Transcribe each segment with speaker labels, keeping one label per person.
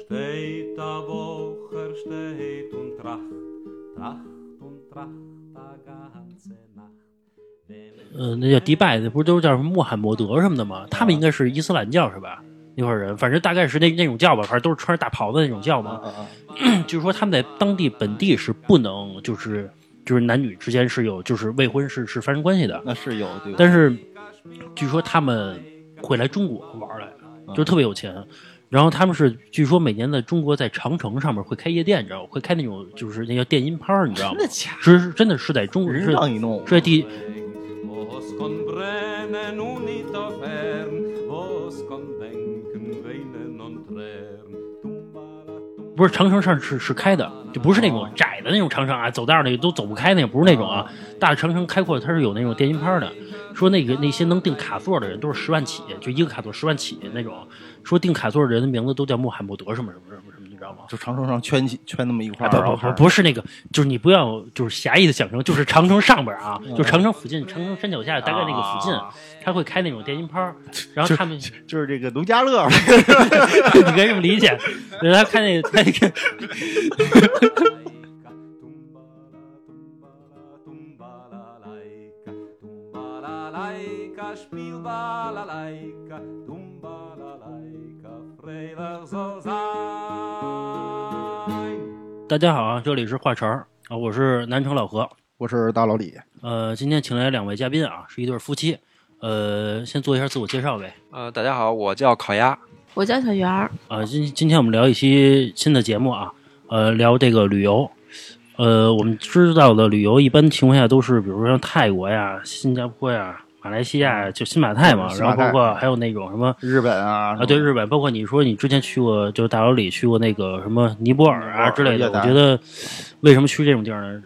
Speaker 1: Steht a Wocher, steht und tracht, tracht und tracht a ganze Nacht. Wenn
Speaker 2: 嗯、那叫迪拜的，不是都叫什么穆罕默德什么的
Speaker 3: 嗯
Speaker 2: 吗？他们应该是伊斯兰教是吧？那伙人，反正大概是那那种教吧，反正都是穿着大袍子那种教嘛。
Speaker 3: 嗯
Speaker 2: 就是说他们在当地本地是不能，就是就是男女之间是有就是未婚是是发生关系的。
Speaker 3: 那是有对吧？
Speaker 2: 但是据说他们会来中国玩儿来，
Speaker 3: 嗯
Speaker 2: 就是特别有钱。然后他们是据说每年在中国在长城上面会开夜店，你知道吗？会开那种就是那叫电音趴，你知道吗？
Speaker 3: 假
Speaker 2: 是是真的是在中国
Speaker 3: 人
Speaker 2: 是
Speaker 3: 让你嗯弄
Speaker 2: 是在地
Speaker 1: Oss kan brenne nun nit av fern, oss kan bänken veinen och trärn. Tumbala, tumbala.
Speaker 2: 不是长城上是是开的，就不是那种窄的那种长城啊，走道儿那个都走不开那个，不是那种啊。大的长城开阔，它是有那种电音拍的。说那个那些能订卡座的人都是十万起，就一个卡座十万起那种。说订卡座的人的名字都叫穆罕默德什么什么什么什么，你知道吗？
Speaker 3: 就长城上圈起圈那么一块
Speaker 2: 啊
Speaker 3: 儿，
Speaker 2: 不不不不是那个，就是你不要就是狭义的想成，就是长城上边儿啊，就长城附近、长城山脚下大概那个附近
Speaker 3: 啊，
Speaker 2: 他会开那种电音拍儿，然后他们
Speaker 3: 就是这个农家乐，
Speaker 2: 你可以这么理解，然后他开那 开那个。
Speaker 1: laika, tumbala, tumbala, tumbala, laika, tumbala, laika, spielbala, laika, tumbala, laika, freilich soll sein.
Speaker 2: 大家好啊，这里是话茬儿啊，我是南城老何。
Speaker 3: 我是大老李，
Speaker 2: 呃，今天请来两位嘉宾啊，是一对夫妻。呃，先做一下自我介绍呗。
Speaker 4: 呃，大家好，我叫烤鸭。
Speaker 5: 我叫小圆儿，
Speaker 2: 啊、今今天我们聊一期新的节目啊，呃，聊这个旅游。呃，我们知道的旅游一般情况下都是，比如说像泰国呀、新加坡呀、马来西亚呀就新马泰嘛，
Speaker 3: 新
Speaker 2: 然
Speaker 3: 马
Speaker 2: 后
Speaker 3: 泰
Speaker 2: 包括还有那种什么
Speaker 3: 日本啊
Speaker 2: 啊，对日本，包括你说你之前去过，就是大老李去过那个什么尼泊尔啊之类的。
Speaker 3: 哦越南
Speaker 2: 我觉得为什么去这种地儿呢？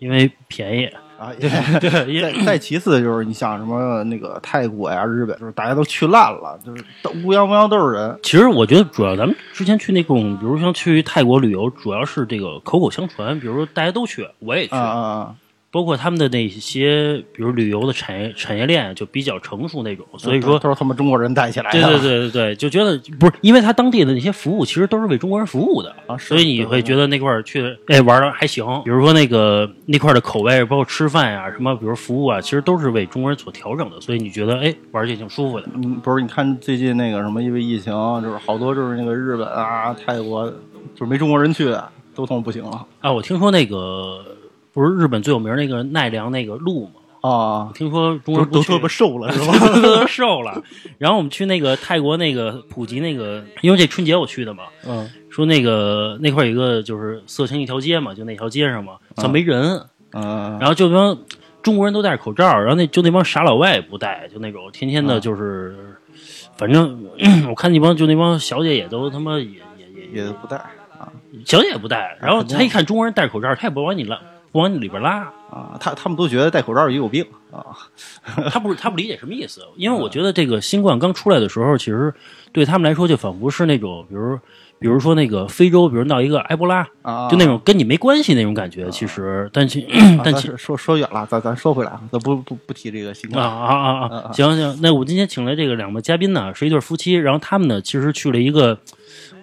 Speaker 2: 因为便宜。
Speaker 3: 啊，对
Speaker 2: 对，因为
Speaker 3: 再再其次就是你像什么那个泰国呀、日本，就是大家都去烂了，就是都乌泱乌泱都是人。
Speaker 2: 其实我觉得主要咱们之前去那种，比如像去泰国旅游，主要是这个口口相传，比如说大家都去，我也去，
Speaker 3: 啊啊啊！
Speaker 2: 包括他们的那些，比如旅游的产业产业链就比较成熟那种，所以说。
Speaker 3: 都是他们中国人带起来的。
Speaker 2: 对对对对对，就觉得不是，因为他当地的那些服务其实都是为中国人服务的
Speaker 3: 啊是
Speaker 2: 所以你会觉得那块儿去，哎，玩的还行。比如说那个那块儿的口味，包括吃饭呀、什么，比如服务啊，其实都是为中国人所调整的，所以你觉得哎，玩儿也挺舒服的。
Speaker 3: 嗯，不是，你看最近那个什么，因为疫情，就是好多就是那个日本啊、泰国，就是没中国人去，都他妈不行了
Speaker 2: 啊，我听说那个不是日本最有名儿那个奈良那个鹿吗？
Speaker 3: 啊，
Speaker 2: 听说中国
Speaker 3: 都
Speaker 2: 人 不去
Speaker 3: 都他妈瘦 了是吧？
Speaker 2: 都瘦了。 然后我们去那个泰国那个普吉那个，因为这春节我去的嘛，
Speaker 3: 嗯
Speaker 2: 说那个那块儿有一个就是色情一条街嘛，就那条街上嘛，操没人，
Speaker 3: 嗯，
Speaker 2: 然后就那帮中国人都戴着口罩，然后那就那帮傻老外也不戴，就那种天天的就是，反正 我看那帮就那帮小姐也都他妈也也也
Speaker 3: 也不带
Speaker 2: 小姐也不戴，然后
Speaker 3: 肯定
Speaker 2: 他一看中国人戴着口罩，他也不往你拉，不往你里边拉。
Speaker 3: 啊，他他们都觉得戴口罩也有病啊，
Speaker 2: 他不他不理解什么意思，因为
Speaker 3: 嗯
Speaker 2: 我觉得这个新冠刚出来的时候，其实对他们来说就仿佛是那种，比如比如说那个非洲，比如闹一个埃博拉，
Speaker 3: 啊
Speaker 2: 就那种跟你没关系那种感觉。其实，但其
Speaker 3: 啊
Speaker 2: 但
Speaker 3: 咱
Speaker 2: 其
Speaker 3: 是说说远了，咱咱说回来，啊咱不不不提这个新
Speaker 2: 啊
Speaker 3: 冠。
Speaker 2: 啊啊
Speaker 3: 啊
Speaker 2: 啊！
Speaker 3: 啊
Speaker 2: 行行，那我今天请来这个两个嘉宾呢，是一对夫妻，然后他们呢其实去了一个，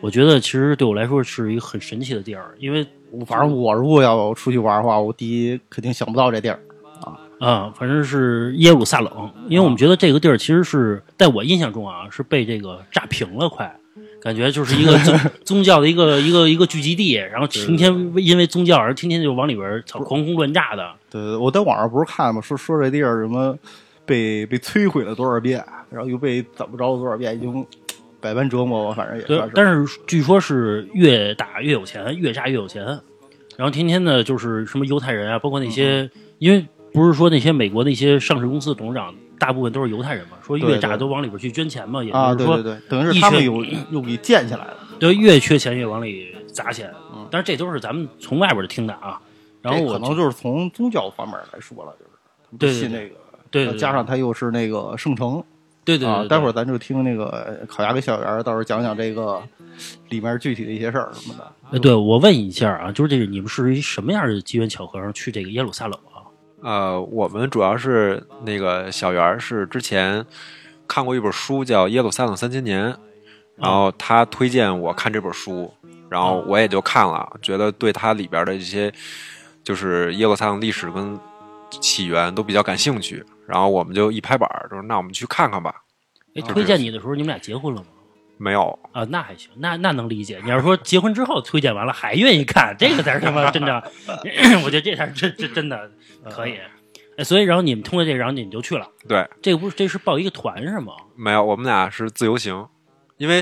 Speaker 2: 我觉得其实对我来说是一个很神奇的地儿，因为
Speaker 3: 反正我如果要出去玩的话，我第一肯定想不到这地儿。
Speaker 2: 啊，反正是耶路撒冷，因为
Speaker 3: 啊
Speaker 2: 我们觉得这个地儿其实是在我印象中啊，是被这个炸平了，快，感觉就是一个 宗宗教的一个一个一个聚集地，然后成天为因为宗教而天天就往里边儿操狂轰乱炸的，
Speaker 3: 对，对对我在网上不是看嘛，说说这地儿什么被被摧毁了多少遍，然后又被怎么着多少遍，已经百般折磨我，反正也
Speaker 2: 对
Speaker 3: 算，是。
Speaker 2: 但是据说是越打越有钱，越炸越有钱。然后天天呢，就是什么犹太人啊，包括那
Speaker 3: 嗯
Speaker 2: 些，因为不是说那些美国那些上市公司的董事长大部分都是犹太人嘛，说
Speaker 3: 对
Speaker 2: 越炸
Speaker 3: 对
Speaker 2: 都往里边去捐钱嘛，也
Speaker 3: 啊，
Speaker 2: 就是
Speaker 3: 对
Speaker 2: 说
Speaker 3: 对对，等于
Speaker 2: 一
Speaker 3: 是他们
Speaker 2: 群
Speaker 3: 有又给建起来了。
Speaker 2: 对，越缺钱越往里砸钱。但是这都是咱们从外边儿听的啊。然后
Speaker 3: 嗯这
Speaker 2: 我
Speaker 3: 可能就是从宗教方面来说了，就是他们不
Speaker 2: 对对
Speaker 3: 信
Speaker 2: 对
Speaker 3: 那个，
Speaker 2: 对对
Speaker 3: 呃
Speaker 2: 对
Speaker 3: 加上他又是那个圣城，
Speaker 2: 对对
Speaker 3: 啊
Speaker 2: 对，，
Speaker 3: 待会儿咱就听那个烤鸭给小圆儿，到时候讲讲这个里面具体的一些事儿什么的。
Speaker 2: 哎，对我问一下啊，就是这个你们是一什么样的机缘巧合上去这个耶路撒冷啊？
Speaker 4: 呃，我们主要是那个小圆儿是之前看过一本书叫《耶路撒冷三千年》，然后他推荐我看这本书，然后我也就看了，觉得对它里边的一些就是耶路撒冷历史跟起源都比较感兴趣，然后我们就一拍板儿，就是那我们去看看吧。
Speaker 2: 哎，
Speaker 4: 啊
Speaker 2: 推荐你的时候你们俩结婚了吗？
Speaker 4: 没有，
Speaker 2: 啊，那还行，那那能理解。你要是说结婚之后推荐完了还愿意看，这个才是他妈真 的，我觉得这才是真真真的
Speaker 3: 嗯
Speaker 2: 可以。哎，所以然后你们通过这个，然后你们就去了。
Speaker 4: 对，
Speaker 2: 这个不是这是报一个团是吗？
Speaker 4: 没有，我们俩是自由行，因为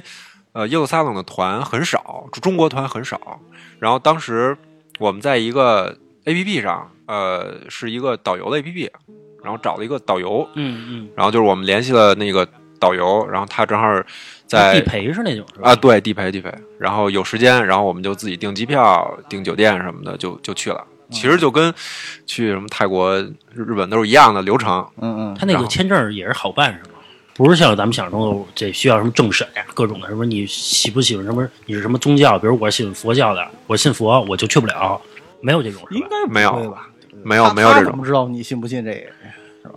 Speaker 4: 呃耶路撒冷的团很少，中中国团很少。然后当时我们在一个 A P P 上，呃，是一个导游的 A P P，然后找了一个导游，
Speaker 2: 嗯嗯，
Speaker 4: 然后就是我们联系了那个导游，然后他正好在
Speaker 2: 地陪是那种是吧？
Speaker 4: 啊，对，地陪地陪，然后有时间，然后我们就自己订机票、订酒店什么的，就就去了。
Speaker 2: 嗯
Speaker 4: 其实就跟去什么泰国、日本都是一样的流程，
Speaker 3: 嗯嗯，
Speaker 2: 他那个签证也是好办是吗？不是像咱们想中的这需要什么政审呀、各种的什么你喜不喜欢什么，你是什么宗教？比如我信佛教的，我信佛我就去不了，没有这种是
Speaker 3: 应
Speaker 2: 吧？
Speaker 3: 该
Speaker 4: 没有
Speaker 3: 不会吧？
Speaker 4: 没有没有这
Speaker 3: 我
Speaker 4: 种，
Speaker 3: 们知道你信不信这个？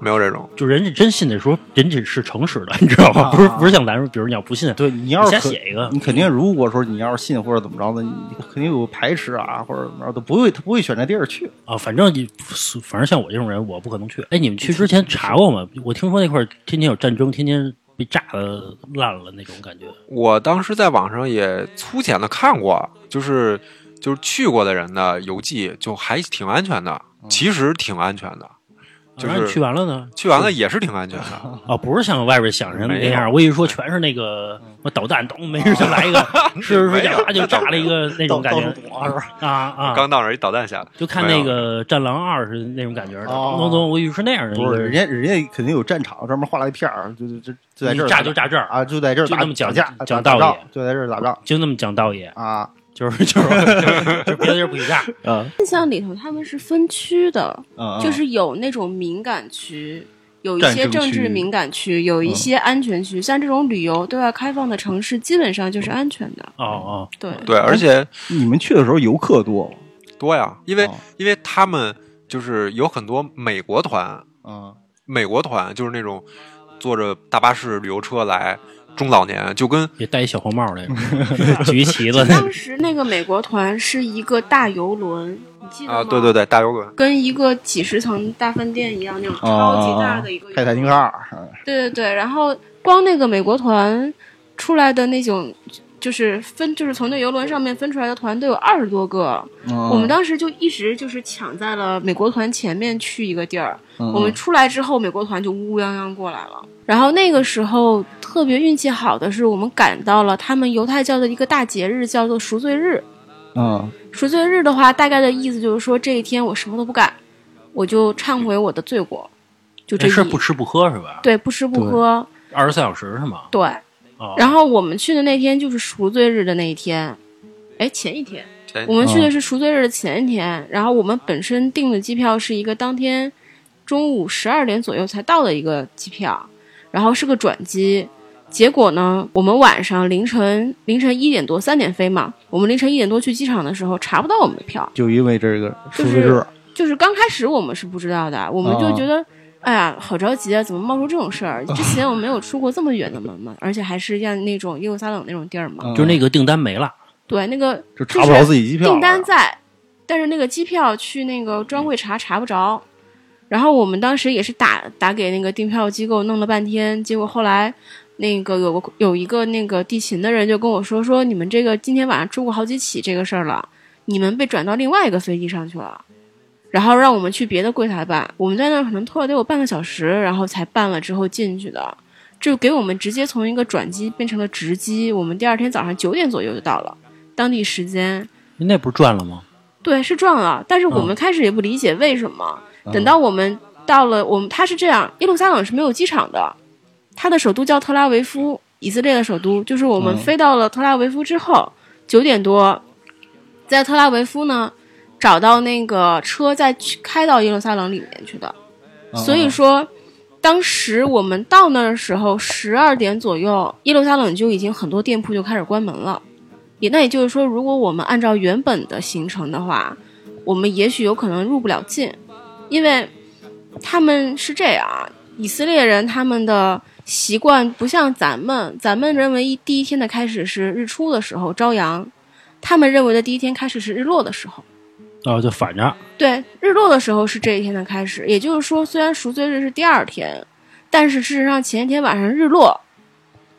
Speaker 4: 没有这种。
Speaker 2: 就人家真信的时候，人家是诚实的，你知道吗？
Speaker 3: 啊
Speaker 2: 不是不是像咱们，比如你要不信，
Speaker 3: 对你要是
Speaker 2: 瞎
Speaker 3: 可
Speaker 2: 写一个
Speaker 3: 你肯定如果说你要是信或者怎么着的，你肯定有排斥啊，或者怎么着，都不会，他不会选这地儿去。
Speaker 2: 啊，反正你反正像我这种人，我不可能去。哎，你们去之前查过吗？我听说那块儿天天有战争，天天被炸的烂了那种感觉。
Speaker 4: 我当时在网上也粗浅的看过，就是就是去过的人的游记，就还挺安全的，其实挺安全的，就
Speaker 2: 啊然后你
Speaker 4: 是
Speaker 2: 去完了呢？
Speaker 4: 去完了也是挺安全的。
Speaker 2: 啊，不是像外边想象的那样。我一说全是那个
Speaker 3: 嗯
Speaker 2: 我导弹，咚，没事就来一 个，是不是？
Speaker 4: 没有
Speaker 2: 呀，就炸了一个那种感
Speaker 3: 到
Speaker 2: 觉
Speaker 3: 处躲是吧？
Speaker 2: 啊啊！
Speaker 4: 刚到那儿一导弹下来，
Speaker 2: 就看那个《战狼二》是那种感觉的，
Speaker 3: 哦
Speaker 2: 咚咚咚，我以为是那样的一
Speaker 3: 不
Speaker 2: 个
Speaker 3: 是，
Speaker 2: 人
Speaker 3: 人。家人家肯定有战场，专门划了一片儿，就就就就在这
Speaker 2: 你
Speaker 3: 儿
Speaker 2: 炸就炸这儿，
Speaker 3: 啊，就在这儿
Speaker 2: 就
Speaker 3: 打
Speaker 2: 那么讲
Speaker 3: 打架
Speaker 2: 讲
Speaker 3: 打
Speaker 2: 道
Speaker 3: 打
Speaker 2: 理
Speaker 3: 仗，就在这儿打仗
Speaker 2: 就那么讲道 义，
Speaker 3: 啊
Speaker 2: 就是就是就是别的地儿不许炸。
Speaker 3: 啊
Speaker 5: 印象里头他们是分区的，
Speaker 3: 啊！
Speaker 5: 就是有那种敏感区，有一
Speaker 3: 战
Speaker 5: 些
Speaker 3: 争
Speaker 5: 政治
Speaker 3: 区
Speaker 5: 敏感区，有一
Speaker 3: 嗯
Speaker 5: 些安全区。像这种旅游对外开放的城市，基本上就是安全的。
Speaker 2: 哦哦，
Speaker 5: 对，
Speaker 3: 嗯
Speaker 4: 对，而且
Speaker 3: 你们去的时候游客多吗？
Speaker 4: 多呀，因为
Speaker 3: 哦
Speaker 4: 因为他们就是有很多美国团，
Speaker 3: 啊
Speaker 4: 美国团就是那种坐着大巴士旅游车来，中老年就跟
Speaker 2: 也戴一小黄帽那 种，举一旗 子那种
Speaker 5: 当时那个美国团是一个大游轮，你记得吗？
Speaker 4: 啊，对对对，大游轮。
Speaker 5: 跟一个几十层大饭店一样
Speaker 3: 哦
Speaker 5: 那种超级大的一个游轮、
Speaker 3: 泰坦尼克号，嗯
Speaker 5: 对对对，然后光那个美国团出来的那种，就是分就是从那游轮上面分出来的团都有二十多个，
Speaker 3: 嗯
Speaker 5: 我们当时就一直就是抢在了美国团前面去一个地儿，
Speaker 3: 嗯
Speaker 5: 我们出来之后，美国团就乌泱泱过来了。然后那个时候特别运气好的是，我们赶到了他们犹太教的一个大节日，叫做赎罪日。
Speaker 3: 嗯
Speaker 5: 赎罪日的话，大概的意思就是说，这一天我什么都不干，我就忏悔我的罪过，就这
Speaker 2: 这
Speaker 5: 意
Speaker 2: 事儿不吃不喝是吧？
Speaker 5: 对不吃不喝
Speaker 2: 二十四小时是吗？
Speaker 5: 对。
Speaker 2: 哦，
Speaker 5: 然后我们去的那天就是赎罪日的那一天，哎，前一天
Speaker 4: 前
Speaker 5: 我们去的是赎罪日的前一天。然后我们本身订的机票是一个当天中午十二点左右才到的一个机票，然后是个转机。结果呢，我们晚上凌晨凌晨一点多三点飞嘛，我们凌晨一点多去机场的时候查不到我们的票，
Speaker 3: 就因为这个赎
Speaker 5: 就是
Speaker 3: 罪日，
Speaker 5: 就是刚开始我们是不知道的，我们就觉得，哎呀，好着急啊，怎么冒出这种事儿？之前我没有出过这么远的门嘛，而且还是像那种耶路撒冷那种地儿嘛。
Speaker 2: 就是那
Speaker 3: 个
Speaker 2: 个订单没了，
Speaker 5: 对，那个
Speaker 3: 就查不着自己机票了，
Speaker 5: 订单在，但是那个机票去那个专柜查查不着。然后我们当时也是打打给那个订票机构，弄了半天，结果后来那个有个有一个那个地勤的人就跟我说说，你们这个今天晚上出过好几起这个事儿了，你们被转到另外一个飞机上去了。然后让我们去别的柜台办，我们在那儿可能拖了得有半个小时，然后才办了之后进去的，就给我们直接从一个转机变成了直机，我们第二天早上九点左右就到了当地时间，
Speaker 2: 那不是赚了吗？
Speaker 5: 对，是撞了，但是我
Speaker 2: 嗯
Speaker 5: 们开始也不理解为什么。
Speaker 3: 嗯
Speaker 5: 等到我们到了，我们它是这样，耶路撒冷是没有机场的，它的首都叫特拉维夫，以色列的首都。就是我们
Speaker 3: 嗯
Speaker 5: 飞到了特拉维夫之后，九、点多，在特拉维夫呢找到那个车，再去开到耶路撒冷里面去的。
Speaker 3: 嗯
Speaker 5: 所以说，当时我们到那儿的时候，十二点左右，耶路撒冷就已经很多店铺就开始关门了。也那也就是说，如果我们按照原本的行程的话，我们也许有可能入不了境，因为他们是这样啊，以色列人他们的习惯不像咱们，咱们认为一第一天的开始是日出的时候朝阳，他们认为的第一天开始是日落的时候。
Speaker 2: 啊，就反着
Speaker 5: 对，日落的时候是这一天的开始，也就是说，虽然赎罪日是第二天，但是事实上前一天晚上日落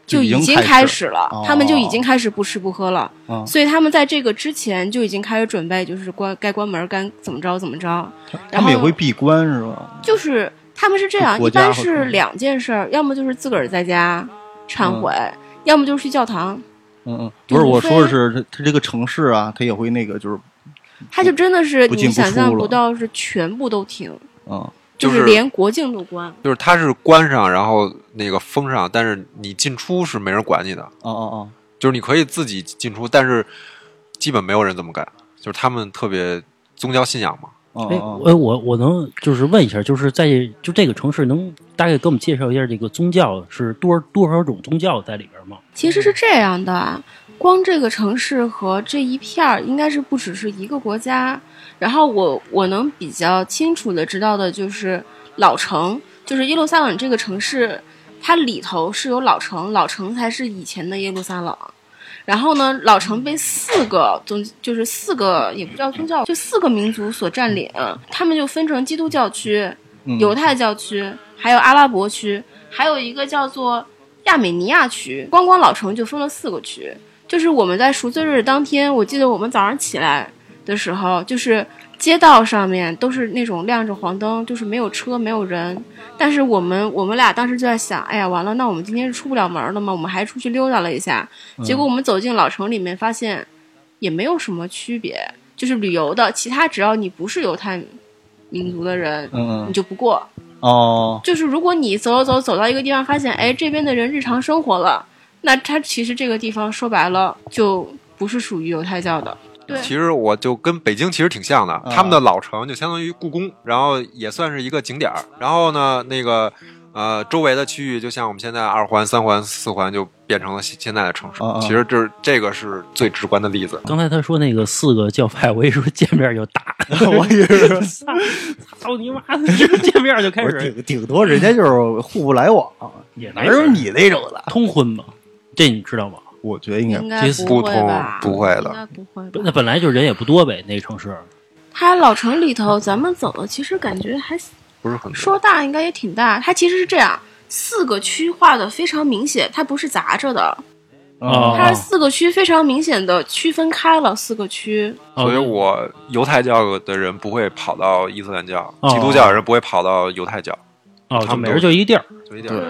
Speaker 5: 就已经开始了，
Speaker 3: 哦
Speaker 5: 他们就已经开始不吃不喝了，
Speaker 3: 啊
Speaker 5: 所以他们在这个之前就已经开始准备，就是关该关门该怎么着怎么着，
Speaker 3: 他
Speaker 5: 然后
Speaker 3: 们也会闭关是吧？
Speaker 5: 就是他们是这样，
Speaker 3: 国
Speaker 5: 一
Speaker 3: 家
Speaker 5: 般
Speaker 3: 和
Speaker 5: 是
Speaker 3: 国家
Speaker 5: 两件事儿，要么就是自个儿在家忏悔，要么就是去教堂，
Speaker 3: 嗯嗯，
Speaker 5: 就
Speaker 3: 不是，我
Speaker 5: 是
Speaker 3: 说的是他他这个城市啊，他也会那个就是，
Speaker 5: 他就真的是
Speaker 3: 不
Speaker 5: 你
Speaker 3: 进不
Speaker 5: 想象
Speaker 3: 出
Speaker 5: 不
Speaker 3: 了
Speaker 5: 到是全部都停，
Speaker 3: 嗯，
Speaker 5: 就
Speaker 4: 就是
Speaker 5: 连国境都关。
Speaker 4: 就是它是关上，然后那个封上，但是你进出是没人管你的，
Speaker 3: 哦哦
Speaker 4: 就是你可以自己进出，但是基本没有人这么干，就是他们特别宗教信仰嘛。
Speaker 3: 哦
Speaker 2: 哎，
Speaker 3: 哦哦，
Speaker 2: 我我我能就是问一下，就是在就这个城市，能大概给我们介绍一下这个宗教是多少多少种宗教在里边吗？
Speaker 5: 其实是这样的啊，光这个城市和这一片儿，应该是不只是一个国家。然后我我能比较清楚的知道的就是老城，就是耶路撒冷这个城市，它里头是有老城，老城才是以前的耶路撒冷。然后呢，老城被四个宗，就是四个也不叫宗教，就四个民族所占领，他们就分成基督教区、
Speaker 3: 嗯
Speaker 5: 犹太教区，还有阿拉伯区，还有一个叫做亚美尼亚区。光光老城就分了四个区。就是我们在赎罪日当天，我记得我们早上起来的时候，就是街道上面都是那种亮着黄灯，就是没有车，没有人。但是我们我们俩当时就在想，哎呀，完了，那我们今天是出不了门了吗？我们还出去溜达了一下，结果我们走进老城里面，发现也没有什么区别，就是旅游的，其他只要你不是犹太民族的人，
Speaker 3: 嗯
Speaker 5: 你
Speaker 3: 嗯
Speaker 5: 就不过。
Speaker 3: 哦，
Speaker 5: 就是如果你走走走走到一个地方，发现哎这边的人日常生活了，那他其实这个地方说白了就不是属于犹太教的。对
Speaker 4: 其实我就跟北京其实挺像
Speaker 2: 啊
Speaker 3: 嗯
Speaker 4: 的，他们的老城就相当于故宫，然后也算是一个景点儿。然后呢，那个呃周围的区域，就像我们现在二环、三环、四环就变成了现现在的城市。
Speaker 2: 啊
Speaker 3: 嗯嗯
Speaker 4: 其实这是这个是最直观的例子。
Speaker 2: 刚才他说那个四个教派，我一说见面就打，
Speaker 3: 我以为是
Speaker 2: 操操你妈！见面就开
Speaker 3: 我说
Speaker 2: 始
Speaker 3: 顶顶多人家就是互不来往，
Speaker 2: 也
Speaker 3: 哪有你那种的？
Speaker 2: 通婚吗？这你知道吗？
Speaker 3: 我觉得应该
Speaker 5: 应该不会吧？
Speaker 4: 不会的
Speaker 5: 应该不会
Speaker 2: 那
Speaker 5: 吧。
Speaker 2: 本来就人也不多呗，那个城市
Speaker 5: 它老城里头，咱们走的其实感觉还
Speaker 4: 不是很多
Speaker 5: 说大应该也挺大。它其实是这样，四个区划的非常明显，它不是杂着的，嗯
Speaker 3: 啊
Speaker 2: 哦
Speaker 5: 它是四个区非常明显的区分开了四个区。
Speaker 4: 所以
Speaker 2: 哦
Speaker 4: 我犹太教的人不会跑到伊斯兰教，
Speaker 2: 哦
Speaker 4: 基督教的人不会跑到犹太教，
Speaker 2: 哦，
Speaker 4: 他
Speaker 2: 就
Speaker 4: 们
Speaker 2: 每
Speaker 4: 都
Speaker 2: 人就一地儿
Speaker 4: 就一点儿
Speaker 3: 对，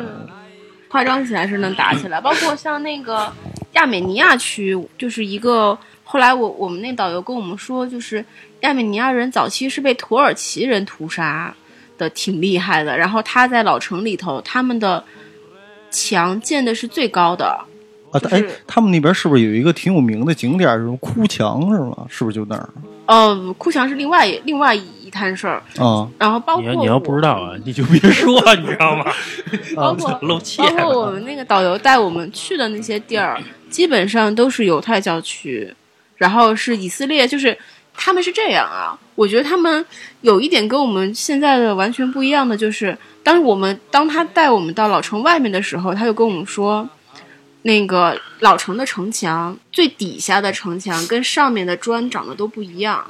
Speaker 5: 夸张嗯起来是能打起来，包括像那个亚美尼亚区，就是一个后来我我们那导游跟我们说，就是亚美尼亚人早期是被土耳其人屠杀的，挺厉害的。然后他在老城里头，他们的墙建的是最高的，
Speaker 3: 啊，
Speaker 5: 就
Speaker 3: 哎
Speaker 5: 是，
Speaker 3: 他们那边是不是有一个挺有名的景点儿，什么哭墙是吗？是不是就那儿
Speaker 5: 呃，哭墙是另外另外一摊事儿。
Speaker 3: 啊？
Speaker 5: 然后包括
Speaker 2: 你要你要
Speaker 5: 我
Speaker 2: 不知道啊，你就别说，你知道吗？啊
Speaker 5: 包括
Speaker 2: 露怯
Speaker 5: 包括我们那个导游带我们去的那些地儿，基本上都是犹太教区，然后是以色列，就是他们是这样啊。我觉得他们有一点跟我们现在的完全不一样的，就是当我们当他带我们到老城外面的时候，他就跟我们说，那个老城的城墙最底下的城墙跟上面的砖长得都不一样，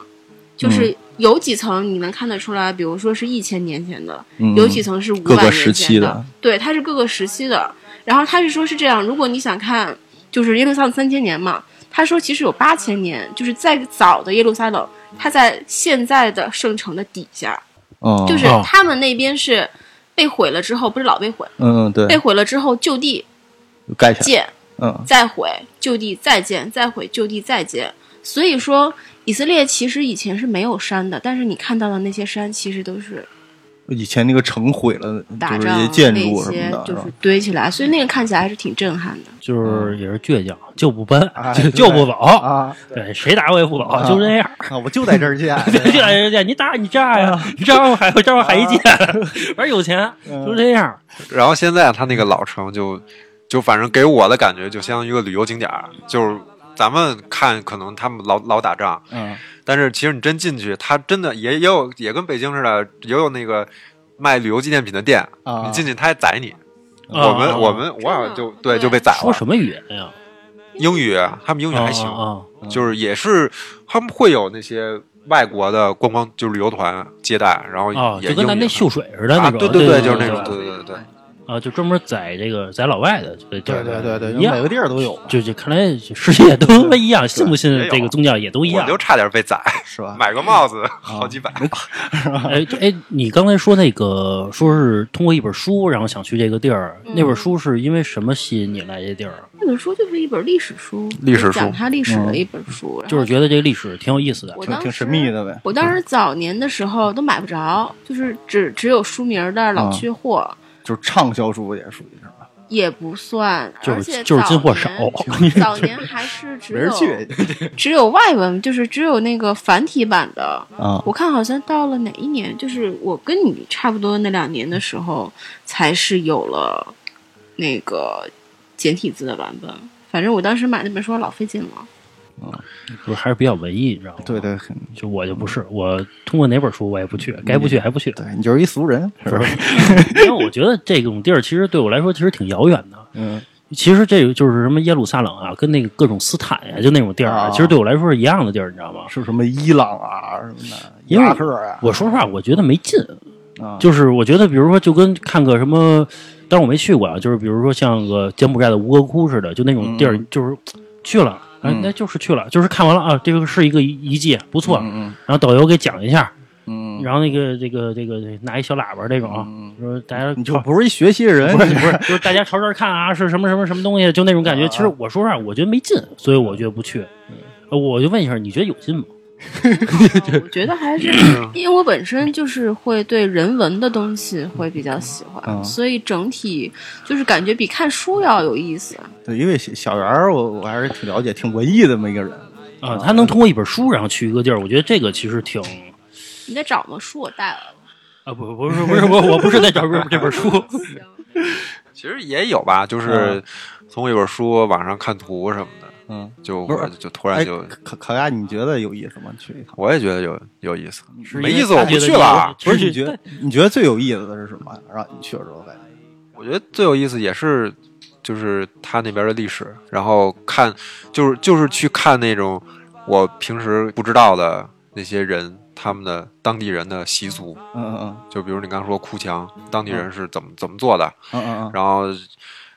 Speaker 5: 就是有几层你能看得出来，比如说是一千年前的，
Speaker 3: 嗯
Speaker 5: 有几层是五
Speaker 3: 各
Speaker 5: 百
Speaker 3: 个
Speaker 5: 年
Speaker 3: 时期
Speaker 5: 前
Speaker 3: 的，
Speaker 5: 对，它是各个时期的。然后他是说是这样，如果你想看，就是耶路撒冷三千年嘛，他说其实有八千年，就是再早的耶路撒冷，它在现在的圣城的底下，
Speaker 3: 嗯，
Speaker 5: 就是
Speaker 2: 哦
Speaker 5: 他们那边是被毁了之后，不是老被毁，
Speaker 3: 嗯，对
Speaker 5: 被，毁了之后就地
Speaker 3: 盖起来，
Speaker 5: 建，
Speaker 3: 嗯
Speaker 5: 再毁，就地再建，再毁，就地再建。所以说，以色列其实以前是没有山的，但是你看到的那些山，其实都是
Speaker 3: 以前那个城毁了，
Speaker 5: 打
Speaker 3: 就是一
Speaker 5: 仗
Speaker 3: 些建
Speaker 5: 那
Speaker 3: 筑啊什
Speaker 5: 些
Speaker 3: 么的，
Speaker 5: 就是
Speaker 3: 吧
Speaker 5: 是堆起来，所以那个看起来还是挺震撼的。
Speaker 2: 就是也是倔强，就不搬，
Speaker 3: 哎
Speaker 2: 就
Speaker 3: 对
Speaker 2: 就不走，
Speaker 3: 啊，
Speaker 2: 对，谁打我也不走，
Speaker 3: 啊
Speaker 2: 就这样。
Speaker 3: 啊，我就在这儿见，
Speaker 2: 这俩人家你打你炸
Speaker 3: 啊
Speaker 2: 呀， 你炸我还我炸我还一剑，反正有钱
Speaker 3: 嗯
Speaker 2: 就这样。
Speaker 4: 然后现在它那个老城就就反正给我的感觉就像一个旅游景点儿，就是咱们看可能他们老老打仗，
Speaker 3: 嗯，
Speaker 4: 但是其实你真进去，它真的也也有也跟北京似的，也有那个卖旅游纪念品的店，
Speaker 3: 啊
Speaker 4: 你进去他还宰你。
Speaker 2: 啊
Speaker 4: 我们、我们我好
Speaker 5: 真的
Speaker 4: 像就对啊
Speaker 5: 对
Speaker 4: 就被宰
Speaker 2: 说
Speaker 4: 了。
Speaker 2: 什么语言呀？
Speaker 4: 英语他们英语还行，
Speaker 2: 啊，啊
Speaker 4: 就是也是他们会有那些外国的观光就是旅游团接待，然后也、
Speaker 2: 啊，就
Speaker 4: 英
Speaker 2: 跟咱
Speaker 4: 语
Speaker 2: 那秀水似的那
Speaker 4: 啊，
Speaker 2: 种，
Speaker 4: 对对，
Speaker 2: 对，
Speaker 4: 就是那
Speaker 2: 对
Speaker 4: 种，对对对对。
Speaker 2: 啊，就专门宰这个宰老外的，对
Speaker 3: 对对对对，
Speaker 2: 一样
Speaker 3: 每。个地儿都有，
Speaker 2: 就就看来世界都他妈一样，信不信
Speaker 4: 也有啊
Speaker 2: 这个宗教也都一
Speaker 4: 我
Speaker 2: 样
Speaker 4: 就。差点被宰，
Speaker 3: 是吧？
Speaker 4: 买个帽子好几百。
Speaker 2: 哎哎，你刚才说那个说是通过一本书，然后想去这个地儿，那本书是因为什么吸引你来这地儿？
Speaker 5: 那本书就是一本历史书，
Speaker 4: 历史书
Speaker 5: 讲它历史的一本书，然后
Speaker 2: 就是觉得这个历史挺有意思的
Speaker 5: 我
Speaker 3: 挺
Speaker 5: 当
Speaker 3: 挺
Speaker 5: 时
Speaker 3: 神秘的呗，
Speaker 5: 我当时早年的时候都买不着，就是只只有书名的老缺货，
Speaker 3: 就是畅销书也属于是吧？
Speaker 5: 也不算，
Speaker 2: 就
Speaker 5: 而
Speaker 2: 是
Speaker 5: 且
Speaker 2: 就是进货
Speaker 5: 早
Speaker 2: 少
Speaker 5: 年早年还是只
Speaker 3: 没人
Speaker 5: 有
Speaker 3: 去
Speaker 5: 只有外文，就是只有那个繁体版的。
Speaker 3: 啊
Speaker 5: 我看好像到了哪一年，就是我跟你差不多那两年的时候，才是有了那个简体字的版本。反正我当时买那本书老费劲 了，
Speaker 2: 就是还是比较文艺，你知道吗？
Speaker 3: 对，对，很
Speaker 2: 就我就不是，我通过哪本书我也不去，该不去还不 去，
Speaker 3: 嗯对你就是一俗人，是吧？
Speaker 2: 因为我觉得这种地儿其实对我来说其实挺遥远的。
Speaker 3: 嗯
Speaker 2: 其实这个就是什么耶路撒冷啊，跟那个各种斯坦呀、就那种地儿
Speaker 3: 啊
Speaker 2: 其实对我来说是一样的地儿，你知道吗？
Speaker 3: 是什么伊朗啊什么的，伊
Speaker 2: 因为
Speaker 3: 拉克啊，
Speaker 2: 我说实话，我觉得没劲。
Speaker 3: 啊
Speaker 2: 就是我觉得，比如说，就跟看个什么，当然我没去过啊，就是比如说像个柬埔寨的吴哥窟似的，就那种地儿，就是去了，哎
Speaker 3: 嗯
Speaker 2: 那就是去了，就是看完了啊，这个是一个遗迹，不错。
Speaker 3: 嗯
Speaker 2: 然后导游给讲一下，
Speaker 3: 嗯
Speaker 2: 然后那个这个这个拿一小喇叭这种啊，说大家
Speaker 3: 嗯，你就不是一学习人，
Speaker 2: 不是不是，就是大家朝这儿看啊，是什么什么什么东西，就那种感觉。其实我说实话，我觉得没劲，所以我觉得不去。呃我就问一下，你觉得有劲吗？
Speaker 5: 嗯我觉得还 是因为我本身就是会对人文的东西会比较喜欢，
Speaker 3: 嗯
Speaker 5: 所以整体就是感觉比看书要有意思。
Speaker 3: 对，因为小小圆儿，我我还是挺了解，挺文艺的这么一个人。
Speaker 2: 啊，他能通过一本书然后去一个地儿，我觉得这个其实挺
Speaker 5: 你在找吗？书我带来了。
Speaker 2: 啊，不不是不是我我不是在找这这本 书，
Speaker 4: 其实也有吧，就是从一本书网上看图什么的，
Speaker 3: 嗯，
Speaker 4: 就
Speaker 3: 不是
Speaker 4: 我就突
Speaker 3: 哎，
Speaker 4: 然就，
Speaker 3: 可可呀，你觉得有意思吗？你去一趟，
Speaker 4: 我也觉得有有意思，
Speaker 2: 因
Speaker 4: 没
Speaker 2: 为
Speaker 4: 意思
Speaker 2: 他
Speaker 4: 我不
Speaker 2: 觉得
Speaker 4: 去
Speaker 2: 有
Speaker 4: 了。
Speaker 3: 不是
Speaker 2: 是
Speaker 3: 你觉得你觉得最有意思的是什么呀？让你去了之后感觉，
Speaker 4: 我觉得最有意思也是就是他那边的历史，然后看就是就是去看那种我平时不知道的那些人。他们的当地人的习俗，
Speaker 3: 嗯嗯
Speaker 4: 就比如你刚说哭墙，当地人是怎么怎么做的，
Speaker 3: 嗯嗯嗯
Speaker 4: 然后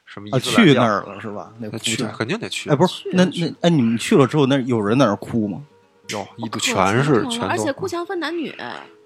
Speaker 4: 什么
Speaker 3: 嗯，啊，
Speaker 4: 伊斯兰
Speaker 3: 去
Speaker 4: 教
Speaker 3: 那儿了是吧？那哭
Speaker 4: 那去
Speaker 3: 墙
Speaker 4: 肯定得去，
Speaker 3: 哎，不是，那那哎，你们去了之后，那有人在那儿哭吗？
Speaker 4: 有一度全是全都，
Speaker 5: 啊
Speaker 4: 嗯
Speaker 5: 而且哭墙分男女，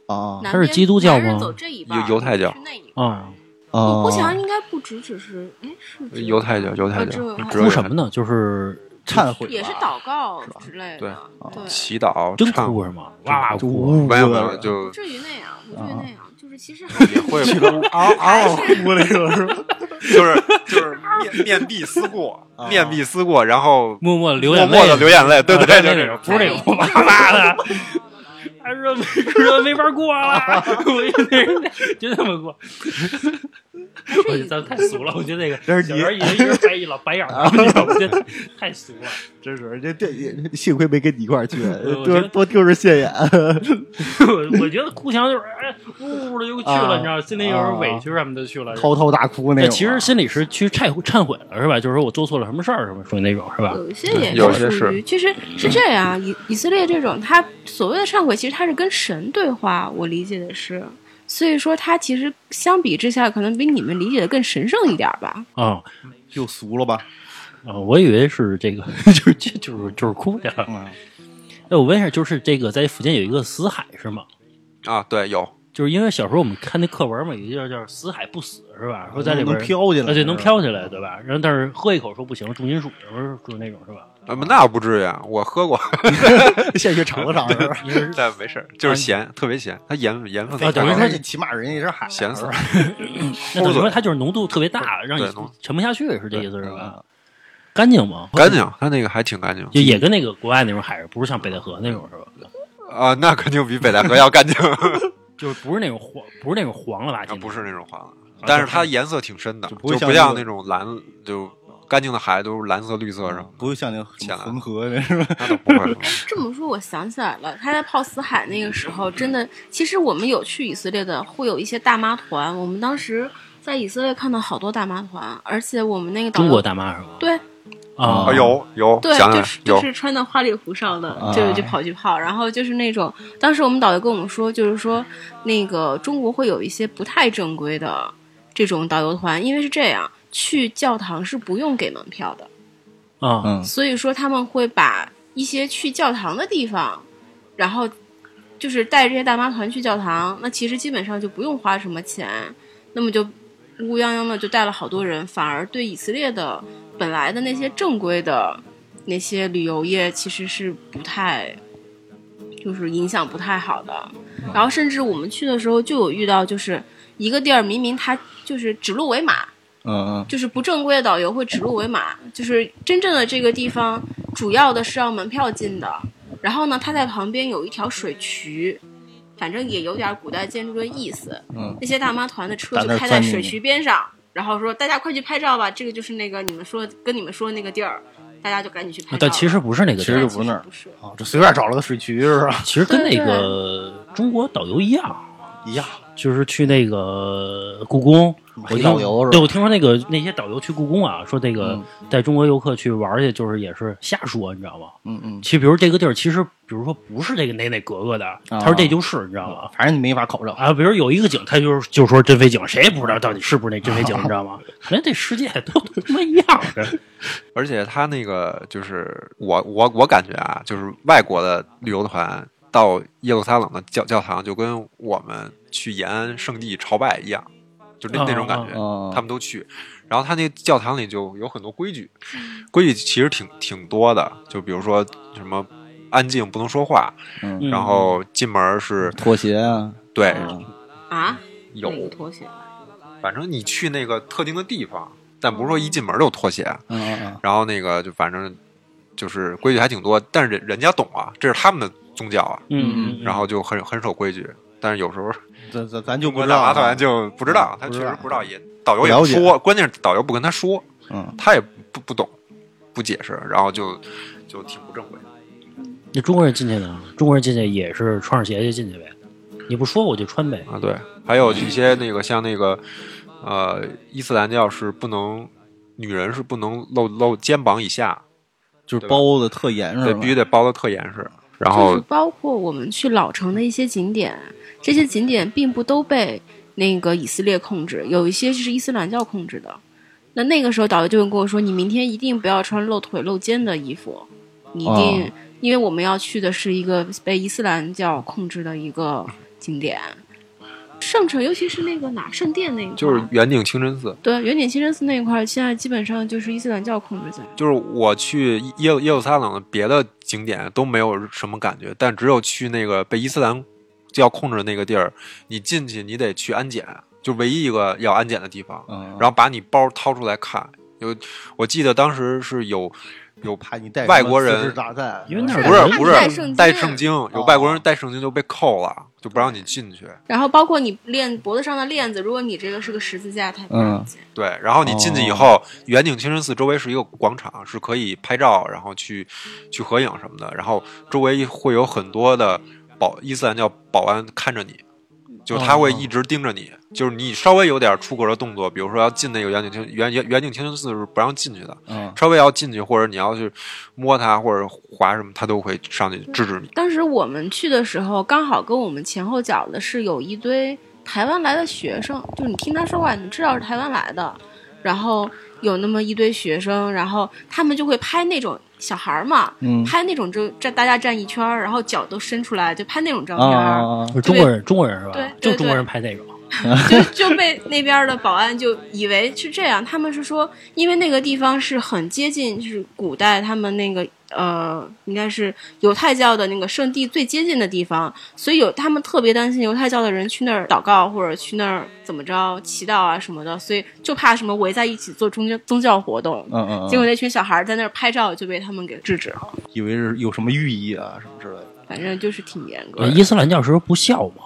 Speaker 3: 啊
Speaker 5: 男
Speaker 2: 它是
Speaker 5: 边
Speaker 2: 基督教
Speaker 5: 男人
Speaker 2: 吗
Speaker 5: 走这一半
Speaker 4: 犹犹太教嗯
Speaker 5: 女是那一半
Speaker 2: 啊，
Speaker 3: 啊！
Speaker 5: 哭墙应该不只只是，哎，是只
Speaker 4: 呃犹太教犹太
Speaker 5: 啊只
Speaker 4: 教
Speaker 5: 有犹太
Speaker 4: 只有
Speaker 2: 哭什么呢？就是
Speaker 3: 忏悔吧
Speaker 5: 也是祷告之类的，对，
Speaker 4: 啊祈祷
Speaker 2: 真
Speaker 4: 唱
Speaker 2: 哭是吗？哇哇
Speaker 3: 就
Speaker 2: 哭，啊
Speaker 3: 呜
Speaker 4: 没有没
Speaker 3: 的
Speaker 5: 不
Speaker 4: 有就
Speaker 5: 至于那样，不至于那样，就是其 实还是
Speaker 4: 啊也会
Speaker 5: 有
Speaker 2: 啊
Speaker 3: 嗷嗷哭那个是吧？
Speaker 4: 就是就是面面壁思过，
Speaker 2: 啊
Speaker 4: 面壁思过，然后
Speaker 2: 默默流
Speaker 4: 默
Speaker 2: 眼泪，
Speaker 4: 默的流眼泪，对
Speaker 2: 啊
Speaker 4: 对，
Speaker 2: 就
Speaker 4: 就
Speaker 2: 那
Speaker 4: 这
Speaker 2: 种
Speaker 4: 种，
Speaker 2: 不是那种哇
Speaker 3: 哎
Speaker 2: 哇的。 他说没说没法过了，
Speaker 3: 啊
Speaker 2: 我就那人就这么 过。我觉得咱们太俗了，我觉得那个
Speaker 3: 这是
Speaker 2: 小
Speaker 3: 你
Speaker 2: 人一人一人白一老白眼 儿，我觉得太俗了。
Speaker 3: 真是这这幸亏没跟你一块儿去，
Speaker 2: 我觉
Speaker 3: 多
Speaker 2: 得
Speaker 3: 多丢人现眼。
Speaker 2: 我我觉得哭墙就是哎呜呜的就去了，
Speaker 3: 啊
Speaker 2: 你知道，心里有点委屈什么的去了。
Speaker 3: 嚎啕大哭那
Speaker 2: 这
Speaker 3: 种啊。
Speaker 2: 其实心里是去忏悔忏悔了，是吧？就是说我做错了什么事儿，什么属于那种，是吧？
Speaker 5: 有一些也
Speaker 4: 有些
Speaker 5: 是属
Speaker 4: 是
Speaker 5: 于，其实是这样，以以色列这种，他所谓的忏悔，其实他是跟神对话，我理解的是，所以说他其实相比之下，可能比你们理解的更神圣一点儿吧。
Speaker 2: 啊
Speaker 3: 就俗了吧？
Speaker 2: 啊，我以为是这个， 就是就就是就是哭去了。
Speaker 3: 嗯，
Speaker 2: 哎，我问一下，就是这个在福建有一个死海是吗？
Speaker 4: 啊，对有
Speaker 2: 就是因为小时候我们看那课文嘛，有一个叫叫“死海不死”是吧？说在里边
Speaker 3: 能飘起来，
Speaker 2: 啊，对，能
Speaker 3: 是吧
Speaker 2: 飘起来，对吧？然后但是喝一口说不行，重金属，不是就是那种是吧？
Speaker 4: 啊，那不至于，啊，我喝过，
Speaker 3: 先去尝了尝，是吧？
Speaker 2: 你是
Speaker 4: 但没事儿，就是咸，特别咸，它盐盐分
Speaker 2: 啊
Speaker 4: 太
Speaker 2: 等
Speaker 4: 高
Speaker 2: 于说。
Speaker 4: 了
Speaker 3: 你起码人家是海，啊
Speaker 4: 咸死了
Speaker 3: 是吧
Speaker 2: 那等于说它就是浓度特别大，让你
Speaker 4: 对浓
Speaker 2: 沉不下去，是这意思是吧？干净吗？
Speaker 4: 干净，它那个还挺干净
Speaker 2: 就也跟那个国外那种海，不是像北戴河那种是吧？
Speaker 4: 啊，那肯定比北戴河要干净，
Speaker 2: 就是不是那种黄，不是那种黄了吧唧
Speaker 4: 啊
Speaker 2: 的，
Speaker 4: 不是那种黄的，但是它颜色挺深的，
Speaker 3: 就
Speaker 4: 就
Speaker 3: 不会像
Speaker 4: 不
Speaker 3: 那
Speaker 4: 像
Speaker 3: 个
Speaker 4: 那种蓝，就干净的海都是蓝色、绿色上，
Speaker 3: 不会像那个什
Speaker 4: 浅
Speaker 3: 么
Speaker 4: 蓝
Speaker 3: 恒河那是吧？
Speaker 4: 那都不 会。
Speaker 5: 这么说，我想起来了，他在泡死海那个时候，真的，其实我们有去以色列的，会有一些大妈团。我们当时在以色列看到好多大妈团，而且我们那个导游
Speaker 2: 中国大妈是吧？
Speaker 5: 对
Speaker 2: 啊，
Speaker 4: 啊，有有，
Speaker 5: 对，
Speaker 4: 想起
Speaker 5: 就
Speaker 4: 来
Speaker 5: 是就
Speaker 4: 有
Speaker 5: 是穿的花里胡哨的，
Speaker 3: 啊
Speaker 5: 就就跑去泡。然后就是那种，当时我们导游跟我们说，就是说那个中国会有一些不太正规的这种导游团，因为是这样，去教堂是不用给门票的。
Speaker 2: 啊，
Speaker 3: 嗯，
Speaker 5: 所以说他们会把一些去教堂的地方，然后就是带这些大妈团去教堂，那其实基本上就不用花什么钱，那么就乌泱泱的就带了好多人，反而对以色列的本来的那些正规的那些旅游业其实是不太。就是影响不太好的，然后甚至我们去的时候就有遇到，就是一个地儿明明它就是指鹿为马，
Speaker 3: 嗯
Speaker 5: 就是不正规的导游会指鹿为马，就是真正的这个地方主要的是要门票进的。然后呢，它在旁边有一条水渠，反正也有点古代建筑的意思。
Speaker 3: 嗯
Speaker 5: 那些大妈团的车
Speaker 3: 打
Speaker 5: 就
Speaker 3: 那儿
Speaker 5: 开在
Speaker 3: 钻进
Speaker 5: 水
Speaker 3: 去
Speaker 5: 渠边上，然后说大家快去拍照吧，这个就是那个你们说跟你们说的那个地儿，大家就赶紧去拍照
Speaker 2: 啊
Speaker 5: 了。
Speaker 2: 哦但其实不是那个地
Speaker 3: 其
Speaker 2: 儿
Speaker 3: 实
Speaker 5: 但
Speaker 3: 就，不是那儿
Speaker 5: 不是，
Speaker 3: 嗯，哦，这随便找了个水渠是吧？
Speaker 2: 其实跟那
Speaker 5: 对
Speaker 2: 个中国导游一样，
Speaker 3: 一样，
Speaker 2: 就是去那个故宫。我
Speaker 3: 黑
Speaker 2: 听
Speaker 3: 导游是吧
Speaker 2: 对，我听说那个那些导游去故宫啊，说那个带中国游客去玩儿去，就是也是瞎说，你知道吗？
Speaker 3: 嗯嗯，
Speaker 2: 其实，比如这个地儿，其实比如说不是这个哪哪格格的，他说这就是，你知道吗？
Speaker 3: 反正你没法考证。
Speaker 2: 啊，比如有一个井，他就是就说真飞井，谁也不知道到底是不是那真飞井，你知道吗？可能这世界都都他妈一样的。
Speaker 4: 而且他那个就是我我我感觉啊，就是外国的旅游团到耶路撒冷的教教堂，就跟我们去延安圣地朝拜一样，就那
Speaker 2: 啊
Speaker 4: 那种感
Speaker 5: 哦
Speaker 4: 觉，
Speaker 3: 嗯，
Speaker 4: 他们都去。然后他那教堂里就有很多规矩，
Speaker 5: 嗯
Speaker 4: 规矩其实挺挺多的，就比如说什么安静不能说话，
Speaker 3: 嗯
Speaker 4: 然后进门是
Speaker 3: 拖鞋啊，
Speaker 4: 对
Speaker 5: 啊，
Speaker 4: 有
Speaker 5: 哪，个拖鞋？
Speaker 4: 反正你去那个特定的地方，但不是说一进门就脱鞋。
Speaker 3: 嗯嗯
Speaker 4: 然后那个就反正就是规矩还挺多，但是人人家懂啊，这是他们的宗教啊，
Speaker 2: 嗯，嗯，
Speaker 4: 然后就很很守规矩。但是有时候
Speaker 3: 嗯，咱咱咱就
Speaker 4: 中
Speaker 3: 不
Speaker 4: 国
Speaker 3: 知
Speaker 4: 大
Speaker 3: 道
Speaker 4: 麻
Speaker 3: 了
Speaker 4: 团就不知道，他
Speaker 3: 不
Speaker 4: 确
Speaker 3: 知
Speaker 4: 实
Speaker 3: 道嗯
Speaker 4: 不知道，也导游也
Speaker 3: 了
Speaker 4: 不
Speaker 3: 解
Speaker 4: 说，关键是导游不跟他说，
Speaker 3: 嗯，
Speaker 4: 他也不不懂，不解释，然后就就挺不正规的。
Speaker 2: 那中国人进去呢？中国人进去也是穿上鞋就进去呗，你不说我就穿呗。
Speaker 4: 啊，对，还有一些那个像那个呃，伊斯兰教是不能女人是不能露露肩膀以下，
Speaker 3: 就是包的特严
Speaker 4: 对
Speaker 3: 是，吧？
Speaker 4: 必须得包的特严实。
Speaker 5: 嗯就
Speaker 4: 然后
Speaker 5: 是包括我们去老城的一些景点，这些景点并不都被那个以色列控制，有一些是伊斯兰教控制的。那那个时候导游就会跟我说，你明天一定不要穿露腿露肩的衣服，你一定，
Speaker 3: 哦
Speaker 5: 因为我们要去的是一个被伊斯兰教控制的一个景点。圣城，尤其是那个哪圣殿那一块儿，
Speaker 4: 就是远景清真寺，
Speaker 5: 对圆顶清真寺那一块儿，现在基本上就是伊斯兰教控制在。
Speaker 4: 就是我去耶路耶路撒冷的别的景点都没有什么感觉，但只有去那个被伊斯兰教控制的那个地儿，你进去你得去安检，就唯一一个要安检的地方，
Speaker 3: 嗯，
Speaker 4: 然后把你包掏出来看。有我记得当时是有有
Speaker 3: 怕你带
Speaker 4: 外国人
Speaker 3: 什么自制炸弹，
Speaker 2: 因为那
Speaker 3: 是
Speaker 2: 儿
Speaker 3: 吧
Speaker 4: 不是不
Speaker 5: 带
Speaker 4: 是
Speaker 5: 圣
Speaker 4: 带
Speaker 5: 经哦
Speaker 4: 圣经，有外国人带圣经就被扣了，就不让你进去。
Speaker 5: 然后包括你链脖子上的链子，如果你这个是个十字架，它不让
Speaker 3: 嗯
Speaker 5: 你系
Speaker 4: 对，然后你进去
Speaker 2: 哦
Speaker 4: 以后，远景清真寺周围是一个广场，是可以拍照，然后去去合影什么的。然后周围会有很多的保伊斯兰教保安看着你，就他
Speaker 2: 哦
Speaker 4: 会一直盯着你，就是你稍微有点出格的动作，比如说要进那个远景清远远远景清真寺是不让进去的，
Speaker 3: 嗯，
Speaker 4: 稍微要进去或者你要去摸它或者划什么，他都会上去制止你。
Speaker 5: 当时我们去的时候，刚好跟我们前后脚的是有一堆台湾来的学生，就是你听他说话，你知道是台湾来的。然后有那么一堆学生，然后他们就会拍那种小孩儿嘛，
Speaker 3: 嗯
Speaker 5: 拍那种就站大家站一圈儿，然后脚都伸出来，就拍那种照
Speaker 3: 啊
Speaker 5: 片儿。
Speaker 3: 啊，啊
Speaker 2: 是中国人，中国人是吧
Speaker 5: 哦对？对
Speaker 2: 就中国人拍那种，
Speaker 5: 就就被那边的保安就以为是这样，他们是说，因为那个地方是很接近，就是古代他们那个呃，应该是犹太教的那个圣地最接近的地方，所以有他们特别担心犹太教的人去那儿祷告或者去那儿怎么着祈祷啊什么的，所以就怕什么围在一起做宗教宗教活动。
Speaker 3: 嗯嗯，
Speaker 5: 结
Speaker 3: 嗯
Speaker 5: 果那群小孩在那儿拍照就被他们给制止了，
Speaker 3: 以为是有什么寓意啊什么之类的，
Speaker 5: 反正就是挺严格
Speaker 2: 呃
Speaker 5: 的。
Speaker 2: 伊斯兰教时候不孝嘛，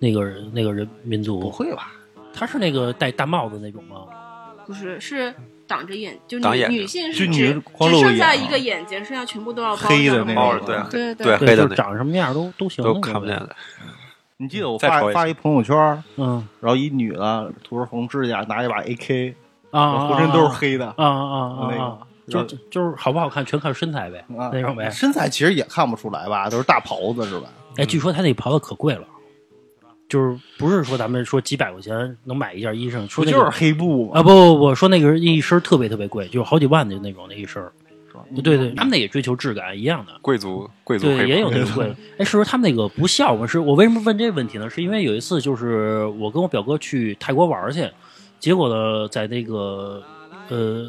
Speaker 2: 那个人那个人民族，
Speaker 3: 会吧？
Speaker 2: 他是那个戴大帽子那种吗？
Speaker 5: 不是是挡着眼，就
Speaker 4: 挡
Speaker 5: 女
Speaker 4: 眼睛
Speaker 5: 女性
Speaker 3: 就是女
Speaker 5: 只
Speaker 3: 人光
Speaker 5: 只
Speaker 3: 露
Speaker 5: 剩下
Speaker 3: 眼啊
Speaker 5: 一个眼睛，剩下全部都要包
Speaker 3: 黑的
Speaker 5: 上
Speaker 3: 那
Speaker 4: 包
Speaker 5: 面
Speaker 4: 着对
Speaker 5: 对对
Speaker 4: 对黑的
Speaker 2: 就
Speaker 4: 那
Speaker 2: 是长什么样都都行，
Speaker 4: 都
Speaker 2: 那个
Speaker 4: 看不见的。
Speaker 3: 你记得我
Speaker 4: 再
Speaker 3: 发
Speaker 4: 瞅一
Speaker 3: 发一朋友圈儿，
Speaker 2: 嗯
Speaker 3: 然后一女的涂着红指甲，拿一把 AK，
Speaker 2: 啊啊，
Speaker 3: 浑身都是
Speaker 2: 啊
Speaker 3: 黑的，
Speaker 2: 啊啊啊
Speaker 3: 那
Speaker 2: 啊
Speaker 3: 个
Speaker 2: 啊，就就就是好不好看全看身材呗，
Speaker 3: 啊
Speaker 2: 那种呗。
Speaker 3: 身材其实也看不出来吧，都是大袍子是吧？
Speaker 2: 哎，据说他那袍子可贵了，就是不是说咱们说几百块钱能买一件衣裳，
Speaker 3: 不
Speaker 2: 说那
Speaker 3: 就是
Speaker 2: 个
Speaker 3: 黑布
Speaker 2: 啊
Speaker 3: 吗？
Speaker 2: 不不不，说那个一身特别特别贵，就是好几万的那种那一身。对
Speaker 3: 嗯
Speaker 2: 对，他们那也追求质感一样的。
Speaker 4: 贵族贵族黑
Speaker 2: 对，
Speaker 4: 帮
Speaker 2: 也有那个贵的。哎，是不是他们那个不孝嘛？是我为什么问这个问题呢？是因为有一次，就是我跟我表哥去泰国玩去，结果呢，在那个呃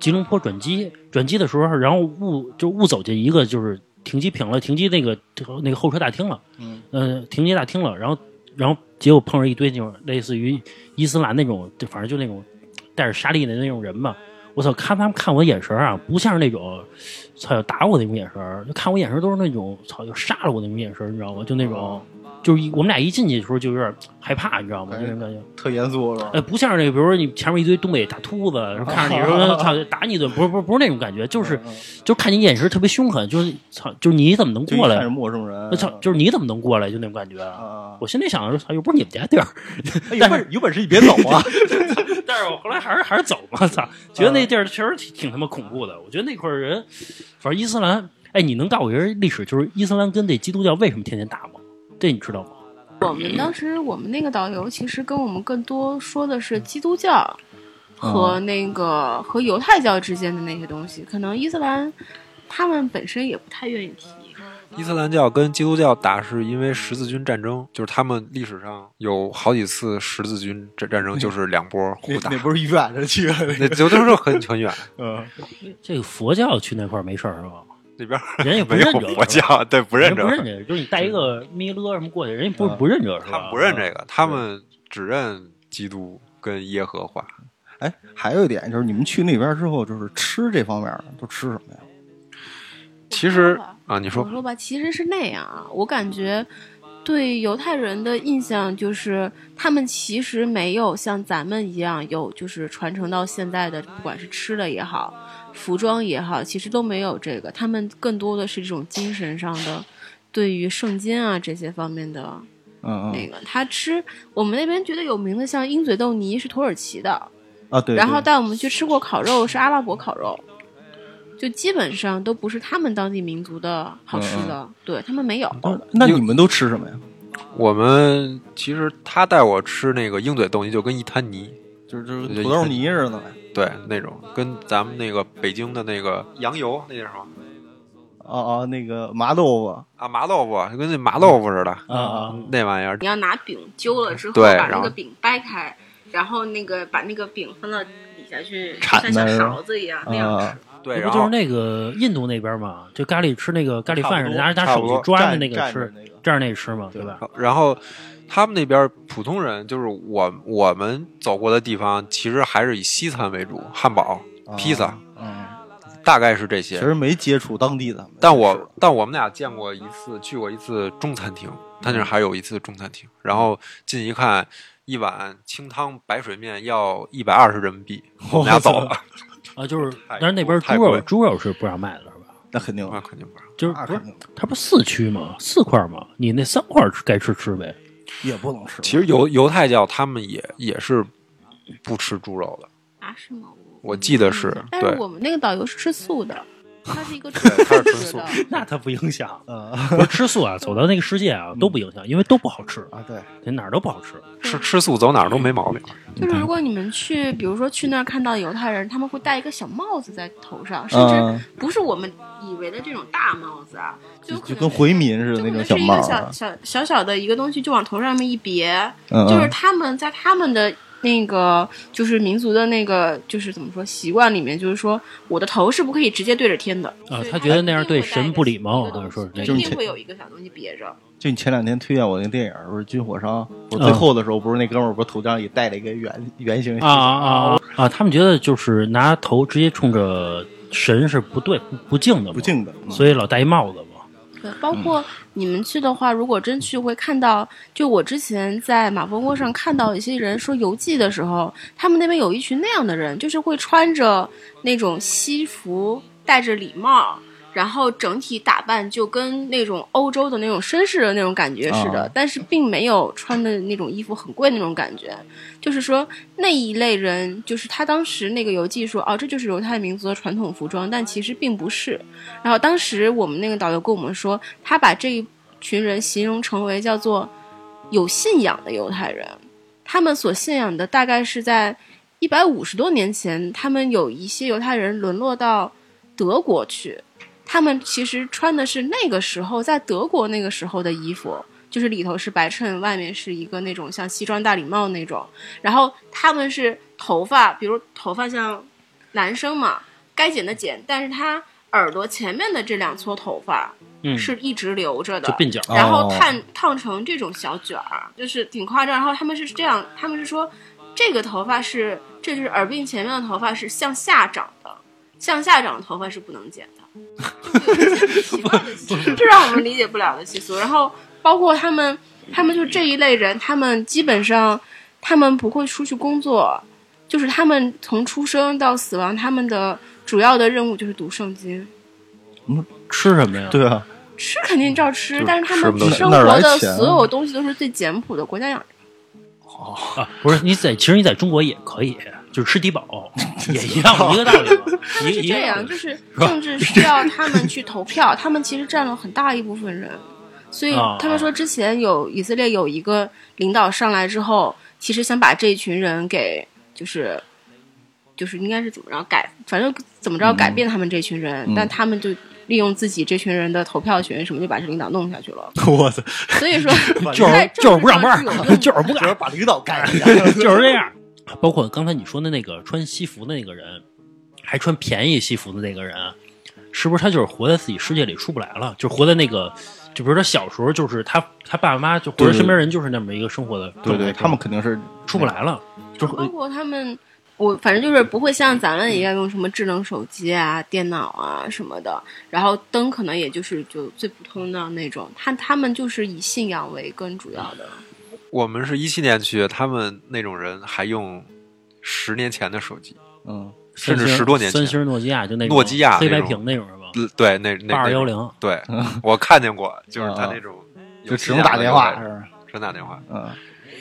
Speaker 2: 吉隆坡转机，转机的时候，然后误就误走进一个就是停机坪了，停机那个那个候车大厅了，
Speaker 3: 嗯，
Speaker 2: 呃，停机大厅了，然后然后结果碰上一堆那种类似于伊斯兰那种，就反正就那种带着沙粒的那种人嘛。我操，看他们看我眼神啊，不像是那种操要打我那种眼神儿，就看我眼神都是那种操要杀了我那种眼神儿，你知道吗？就那
Speaker 3: 哦
Speaker 2: 种，就是一我们俩一进去的时候就有点害怕，你知道吗？
Speaker 3: 感
Speaker 2: 那
Speaker 3: 觉
Speaker 2: 种感觉，
Speaker 3: 特严肃是吧？
Speaker 2: 哎，不像是那个，比如说你前面一堆东北大秃子，看着你说操打你一顿，不是不是不是那种感觉，就是
Speaker 3: 哦嗯
Speaker 2: 就看你眼神特别凶狠，就是操，就是你怎么能
Speaker 3: 就嗯
Speaker 2: 过
Speaker 3: 一看
Speaker 2: 来
Speaker 3: 是？陌生人，
Speaker 2: 我操，就是你怎么能过来？就那种感觉。
Speaker 3: 啊，
Speaker 2: 我心里想的是，操，又不是你们家地儿，
Speaker 3: 哎 有本事有本事你别走啊！
Speaker 2: 但是我后来还是还是走嘛，操，觉得那地儿确实挺挺他妈恐怖的。我觉得那块儿人，反正伊斯兰，哎，你能告诉我一人历史，就是伊斯兰跟这基督教为什么天天打吗？这你知道吗？
Speaker 5: 我们当时我们那个导游其实跟我们更多说的是基督教
Speaker 3: 嗯
Speaker 5: 和那个、和犹太教之间的那些东西，可能伊斯兰他们本身也不太愿意提。
Speaker 4: 伊斯兰教跟基督教打是因为十字军战争，就是他们历史上有好几次十字军战战争，就是两波互打
Speaker 3: 那，不是远着去了，
Speaker 4: 那就都是很很远，
Speaker 3: 嗯，
Speaker 2: 这个佛教去那块儿没事儿是吧？
Speaker 4: 那边
Speaker 2: 人也不
Speaker 4: 没
Speaker 2: 认
Speaker 4: 有
Speaker 2: 这个，
Speaker 4: 佛教，对，不认
Speaker 2: 人
Speaker 4: 这
Speaker 2: 不认
Speaker 4: 个，
Speaker 2: 这个，就是你带一个弥勒什么过去，人家不
Speaker 3: 嗯
Speaker 2: 不认这个，是啊
Speaker 4: 他
Speaker 2: 吧
Speaker 4: 们不认这个，他们只认基督跟耶和华。
Speaker 3: 哎，还有一点就是你们去那边之后，就是吃这方面儿都吃什么呀？
Speaker 4: 其实
Speaker 5: 我吧
Speaker 4: 啊，你
Speaker 5: 我
Speaker 4: 说
Speaker 5: 说吧，其实是那样啊，我感觉对犹太人的印象就是他们其实没有像咱们一样有就是传承到现在的，不管是吃的也好，服装也好，其实都没有这个，他们更多的是这种精神上的。对于圣经啊这些方面的
Speaker 3: 嗯
Speaker 5: 那
Speaker 3: 嗯
Speaker 5: 个，他吃我们那边觉得有名的，像鹰嘴豆泥是土耳其的，
Speaker 3: 啊，对，
Speaker 5: 然后
Speaker 3: 对
Speaker 5: 带我们去吃过烤肉，是阿拉伯烤肉，就基本上都不是他们当地民族的好吃的，
Speaker 4: 嗯
Speaker 5: 对他们没有。
Speaker 3: 哦那你们都吃什么呀？
Speaker 4: 我们其实他带我吃那个鹰嘴豆泥，就跟一滩泥，
Speaker 3: 就是就是
Speaker 4: 对
Speaker 3: 土豆泥似的呗
Speaker 4: 对，那种跟咱们那个北京的那个羊油那叫什么
Speaker 3: 哦哦，那个麻豆腐
Speaker 4: 啊麻豆腐，就跟那麻豆腐似的，
Speaker 2: 嗯
Speaker 3: 啊啊，
Speaker 4: 那玩意儿
Speaker 5: 你要拿饼揪了之后，
Speaker 4: 对
Speaker 5: 把那
Speaker 4: 然后
Speaker 5: 个饼掰开，然后那个把那个饼放到底下去，
Speaker 3: 铲
Speaker 5: 像小
Speaker 3: 的是吧
Speaker 5: 勺子一样
Speaker 4: 嗯
Speaker 5: 那样
Speaker 3: 啊，
Speaker 4: 对，
Speaker 2: 这
Speaker 4: 然
Speaker 2: 不就是
Speaker 4: 后
Speaker 2: 那个印度那边嘛？就咖喱吃那个咖喱饭似的，拿拿
Speaker 4: 差不
Speaker 2: 手
Speaker 4: 多
Speaker 2: 去抓着那个
Speaker 3: 蘸
Speaker 2: 吃
Speaker 3: 蘸，着那个
Speaker 2: 蘸着那个吃嘛，对
Speaker 3: 对
Speaker 2: 吧？
Speaker 4: 然后他们那边普通人就是我我们走过的地方，其实还是以西餐为主，汉堡、
Speaker 3: 啊
Speaker 4: 披萨，
Speaker 3: 嗯，
Speaker 4: 大概是这
Speaker 3: 其
Speaker 4: 些。
Speaker 3: 实没接触当地的，
Speaker 4: 但我但我们俩见过一次，去过一次中餐厅，他那儿还有一次中餐厅，然后进一看，一碗清汤白水面要一百二十人民 币，我们俩走了，
Speaker 2: 啊，就是，
Speaker 4: 泰
Speaker 2: 但是那边
Speaker 4: 泰
Speaker 2: 猪
Speaker 4: 国
Speaker 2: 肉猪肉是不让卖的，是吧？
Speaker 3: 那肯定
Speaker 4: 那肯定不让。
Speaker 2: 就是
Speaker 3: 那
Speaker 2: 不是
Speaker 3: 肯定
Speaker 2: 它不是四区吗？四块吗？你那三块吃该吃吃呗。
Speaker 3: 也不能吃。。
Speaker 4: 其实犹犹太教他们也也是不吃猪肉的，
Speaker 5: 啊？是吗？
Speaker 4: 我记得是
Speaker 5: 但
Speaker 4: 对
Speaker 5: 是我们那个导游是吃素的，它是一 个
Speaker 4: 对它
Speaker 5: 纯
Speaker 4: 是纯
Speaker 5: 素
Speaker 4: 素
Speaker 5: 的，
Speaker 2: 那它不影响
Speaker 3: 呃
Speaker 2: 我吃素 啊，走到那个世界啊都不影响，因为都不好吃，
Speaker 3: 啊，对，
Speaker 2: 哪儿都不好吃。
Speaker 4: 吃吃素走哪儿都没毛病。
Speaker 5: 就是如果你们去，比如说去那儿看到犹太人，他们会戴一个小帽子在头上，甚至
Speaker 3: 嗯，
Speaker 5: 不是我们以为的这种大帽子啊，就有可
Speaker 3: 就
Speaker 5: 能
Speaker 3: 跟回民似的那种
Speaker 5: 就可能是一
Speaker 3: 帽
Speaker 5: 个
Speaker 3: 儿
Speaker 5: 小
Speaker 3: 啊，
Speaker 5: 小小小的一个东西，就往头上面一别，
Speaker 3: 嗯，
Speaker 5: 就是
Speaker 3: 嗯
Speaker 5: 他们在他们的那个就是民族的那个就是怎么说习惯里面，就是说我的头是不可以直接对着天的
Speaker 2: 啊
Speaker 5: 对
Speaker 2: 他觉得那样
Speaker 5: 一定会
Speaker 2: 对神
Speaker 5: 带一个
Speaker 2: 不礼貌
Speaker 5: 一个东西
Speaker 2: 好像说是这
Speaker 5: 就
Speaker 3: 样
Speaker 5: 一定会有一个小东西别着。
Speaker 3: 就你前两天推荐我那个电影儿，不是《军火商》，我最
Speaker 2: 嗯
Speaker 3: 后的时候不是那哥们儿不是头上也戴了一个圆圆形
Speaker 2: 啊啊啊啊！他们觉得就是拿头直接冲着神是不对、不不敬的嘛，
Speaker 3: 不敬的，嗯
Speaker 2: 所以老戴一帽子嘛。
Speaker 5: 对，包括你们去的话，如果真去会看到，就我之前在马蜂窝上看到一些人说游记的时候，他们那边有一群那样的人，就是会穿着那种西服，戴着礼帽。然后整体打扮就跟那种欧洲的那种绅士的那种感觉似的，
Speaker 3: 啊
Speaker 5: 但是并没有穿的那种衣服很贵的那种感觉。就是说那一类人，就是他当时那个游记说，哦，这就是犹太民族的传统服装，但其实并不是。然后当时我们那个导游跟我们说，他把这一群人形容成为叫做有信仰的犹太人，他们所信仰的大概是在一百五十多年前，他们有一些犹太人沦落到德国去，他们其实穿的是那个时候在德国那个时候的衣服。就是里头是白衬，外面是一个那种像西装大礼帽那种，然后他们是头发，比如头发像男生嘛，该剪的剪，但是他耳朵前面的这两撮头发
Speaker 2: 嗯，
Speaker 5: 是一直留着的，
Speaker 2: 就鬓角。
Speaker 3: 哦
Speaker 5: 然后烫烫成这种小卷儿，就是挺夸张。然后他们是这样，他们是说这个头发是，这就是耳鬓前面的头发是向下长的，向下长的头发是不能剪的， 就会有一些很奇怪的习俗，这让我们理解不了的习俗。然后包括他们，他们就这一类人，他们基本上他们不会出去工作，就是他们从出生到死亡，他们的主要的任务就是读圣经。
Speaker 2: 吃什么呀？
Speaker 3: 对啊，
Speaker 5: 吃肯定照吃，
Speaker 4: 是
Speaker 5: 但是他们
Speaker 4: 吃不
Speaker 3: 得
Speaker 5: 生
Speaker 3: 哪儿
Speaker 5: 活
Speaker 3: 来
Speaker 5: 的
Speaker 3: 钱啊
Speaker 5: 所有东西都是最简朴的，国家养着。
Speaker 2: 啊，不是你在，其实你在中国也可以，就是吃低保也一样，一个道理嘛。一
Speaker 5: 是
Speaker 2: 一
Speaker 5: 这
Speaker 2: 个道
Speaker 5: 样，
Speaker 2: 理
Speaker 5: 就是
Speaker 2: 吧
Speaker 5: 政治需要他们去投票，他们其实占了很大一部分人，所以
Speaker 2: 啊
Speaker 5: 他们说之前有以色列有一个领导上来之后，其实想把这一群人给就是就是应该是怎么着改，反正怎么着改变他们这群人，
Speaker 3: 嗯
Speaker 5: 但他们就利用自己这群人的投票权什么，就把这领导弄下去了。
Speaker 3: 我操，
Speaker 5: 所以说
Speaker 3: 把，
Speaker 2: 就是
Speaker 5: 在
Speaker 2: 就是
Speaker 5: 政
Speaker 2: 不
Speaker 5: 治
Speaker 2: 让
Speaker 5: 上
Speaker 2: 班
Speaker 5: 是有用
Speaker 2: 儿，
Speaker 5: 的
Speaker 2: 就是不干，
Speaker 3: 把领导干掉，
Speaker 2: 就是这样。包括刚才你说的那个穿西服的那个人，还穿便宜西服的那个人，啊是不是他就是活在自己世界里出不来了？就活在那个，就比如说小时候，就是他他爸爸妈妈就或者
Speaker 3: 对
Speaker 2: 身边人就是那么一个生活的状态
Speaker 3: 对对，他们肯定是
Speaker 2: 出不来了。
Speaker 5: 就包括他们，我反正就是不会像咱们一样用什么智能手机啊、电脑啊什么的，然后灯可能也就是就最普通的那种。他他们就是以信仰为根主要的，
Speaker 4: 我们是一七年去，他们那种人还用十年前的手机，
Speaker 3: 嗯，
Speaker 4: 甚至
Speaker 2: 三星
Speaker 4: 十多年前
Speaker 2: 三星、诺基亚就那种
Speaker 4: 诺基亚
Speaker 2: 黑白
Speaker 4: 那种
Speaker 2: 屏那种是
Speaker 3: 啊
Speaker 2: 吧？
Speaker 4: 呃对，那那
Speaker 2: 八二幺，
Speaker 4: 那
Speaker 2: 零，
Speaker 4: 对我看见过，就是他
Speaker 3: 嗯啊
Speaker 4: 那种有
Speaker 3: 就只能
Speaker 4: 信仰
Speaker 3: 打
Speaker 4: 的
Speaker 3: 电话
Speaker 4: 那
Speaker 3: 是
Speaker 4: 种，
Speaker 3: 吧？
Speaker 4: 只能打电话。
Speaker 3: 嗯，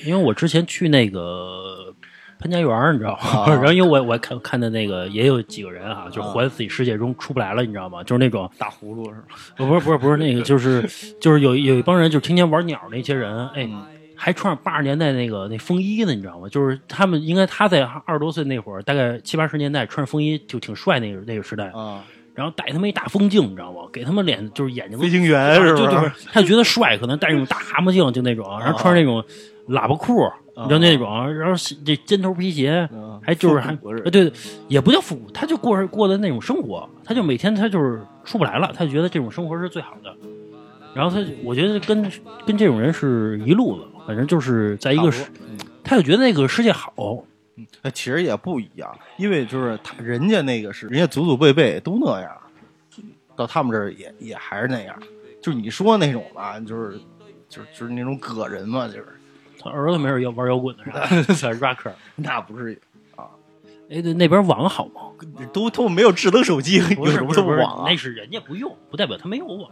Speaker 2: 因为我之前去那个潘家园儿，你知道吗？
Speaker 3: 啊
Speaker 2: 然后因为我我看看的那个也有几个人啊，就活在自己世界中出不来了，你知道吗？就是那种
Speaker 3: 打葫芦是吧？
Speaker 2: 不是不是不是 那个，就是就是有有一帮人就是天天玩鸟那些人，哎，
Speaker 3: 嗯
Speaker 2: 还穿着八十年代那个那风衣呢，你知道吗？就是他们应该他在二十多岁那会儿，大概七八十年代穿着风衣就挺帅那个那个时代，
Speaker 3: 啊，
Speaker 2: 然后戴他妈一大风镜，你知道吗？给他们脸就是眼睛
Speaker 3: 飞行员是
Speaker 2: 就
Speaker 3: 不
Speaker 2: 就是他觉得帅，可能戴那种大蛤蟆镜就那种，然后穿那种喇叭裤，你
Speaker 3: 哦
Speaker 2: 知道那种，然后是这尖头皮鞋，
Speaker 3: 是？
Speaker 2: 还就是还
Speaker 3: 嗯不是
Speaker 2: 呃，对，也不叫复古，他就过着过的那种生活，他就每天他就是出不来了，他就觉得这种生活是最好的。然后他，我觉得跟跟这种人是一路子，反正就是在一个世，他就觉得那个世界好，
Speaker 3: 哎，其实也不一样，因为就是他人家那个是人家祖祖辈辈都那样，到他们这儿也也还是那样。就是你说那种吧，就是就是就是那种葛人嘛，就是
Speaker 2: 他儿子没准要玩摇滚的 啥，在 rocker。
Speaker 3: 那不是
Speaker 2: 哎，对，那边网好吗？
Speaker 3: 都都没有智能手机，
Speaker 2: 不
Speaker 3: 有
Speaker 2: 是
Speaker 3: 什
Speaker 2: 不
Speaker 3: 么
Speaker 2: 是
Speaker 3: 这
Speaker 2: 不
Speaker 3: 么
Speaker 2: 是
Speaker 3: 网，啊
Speaker 2: 那？是人家不用，不代表他没有网。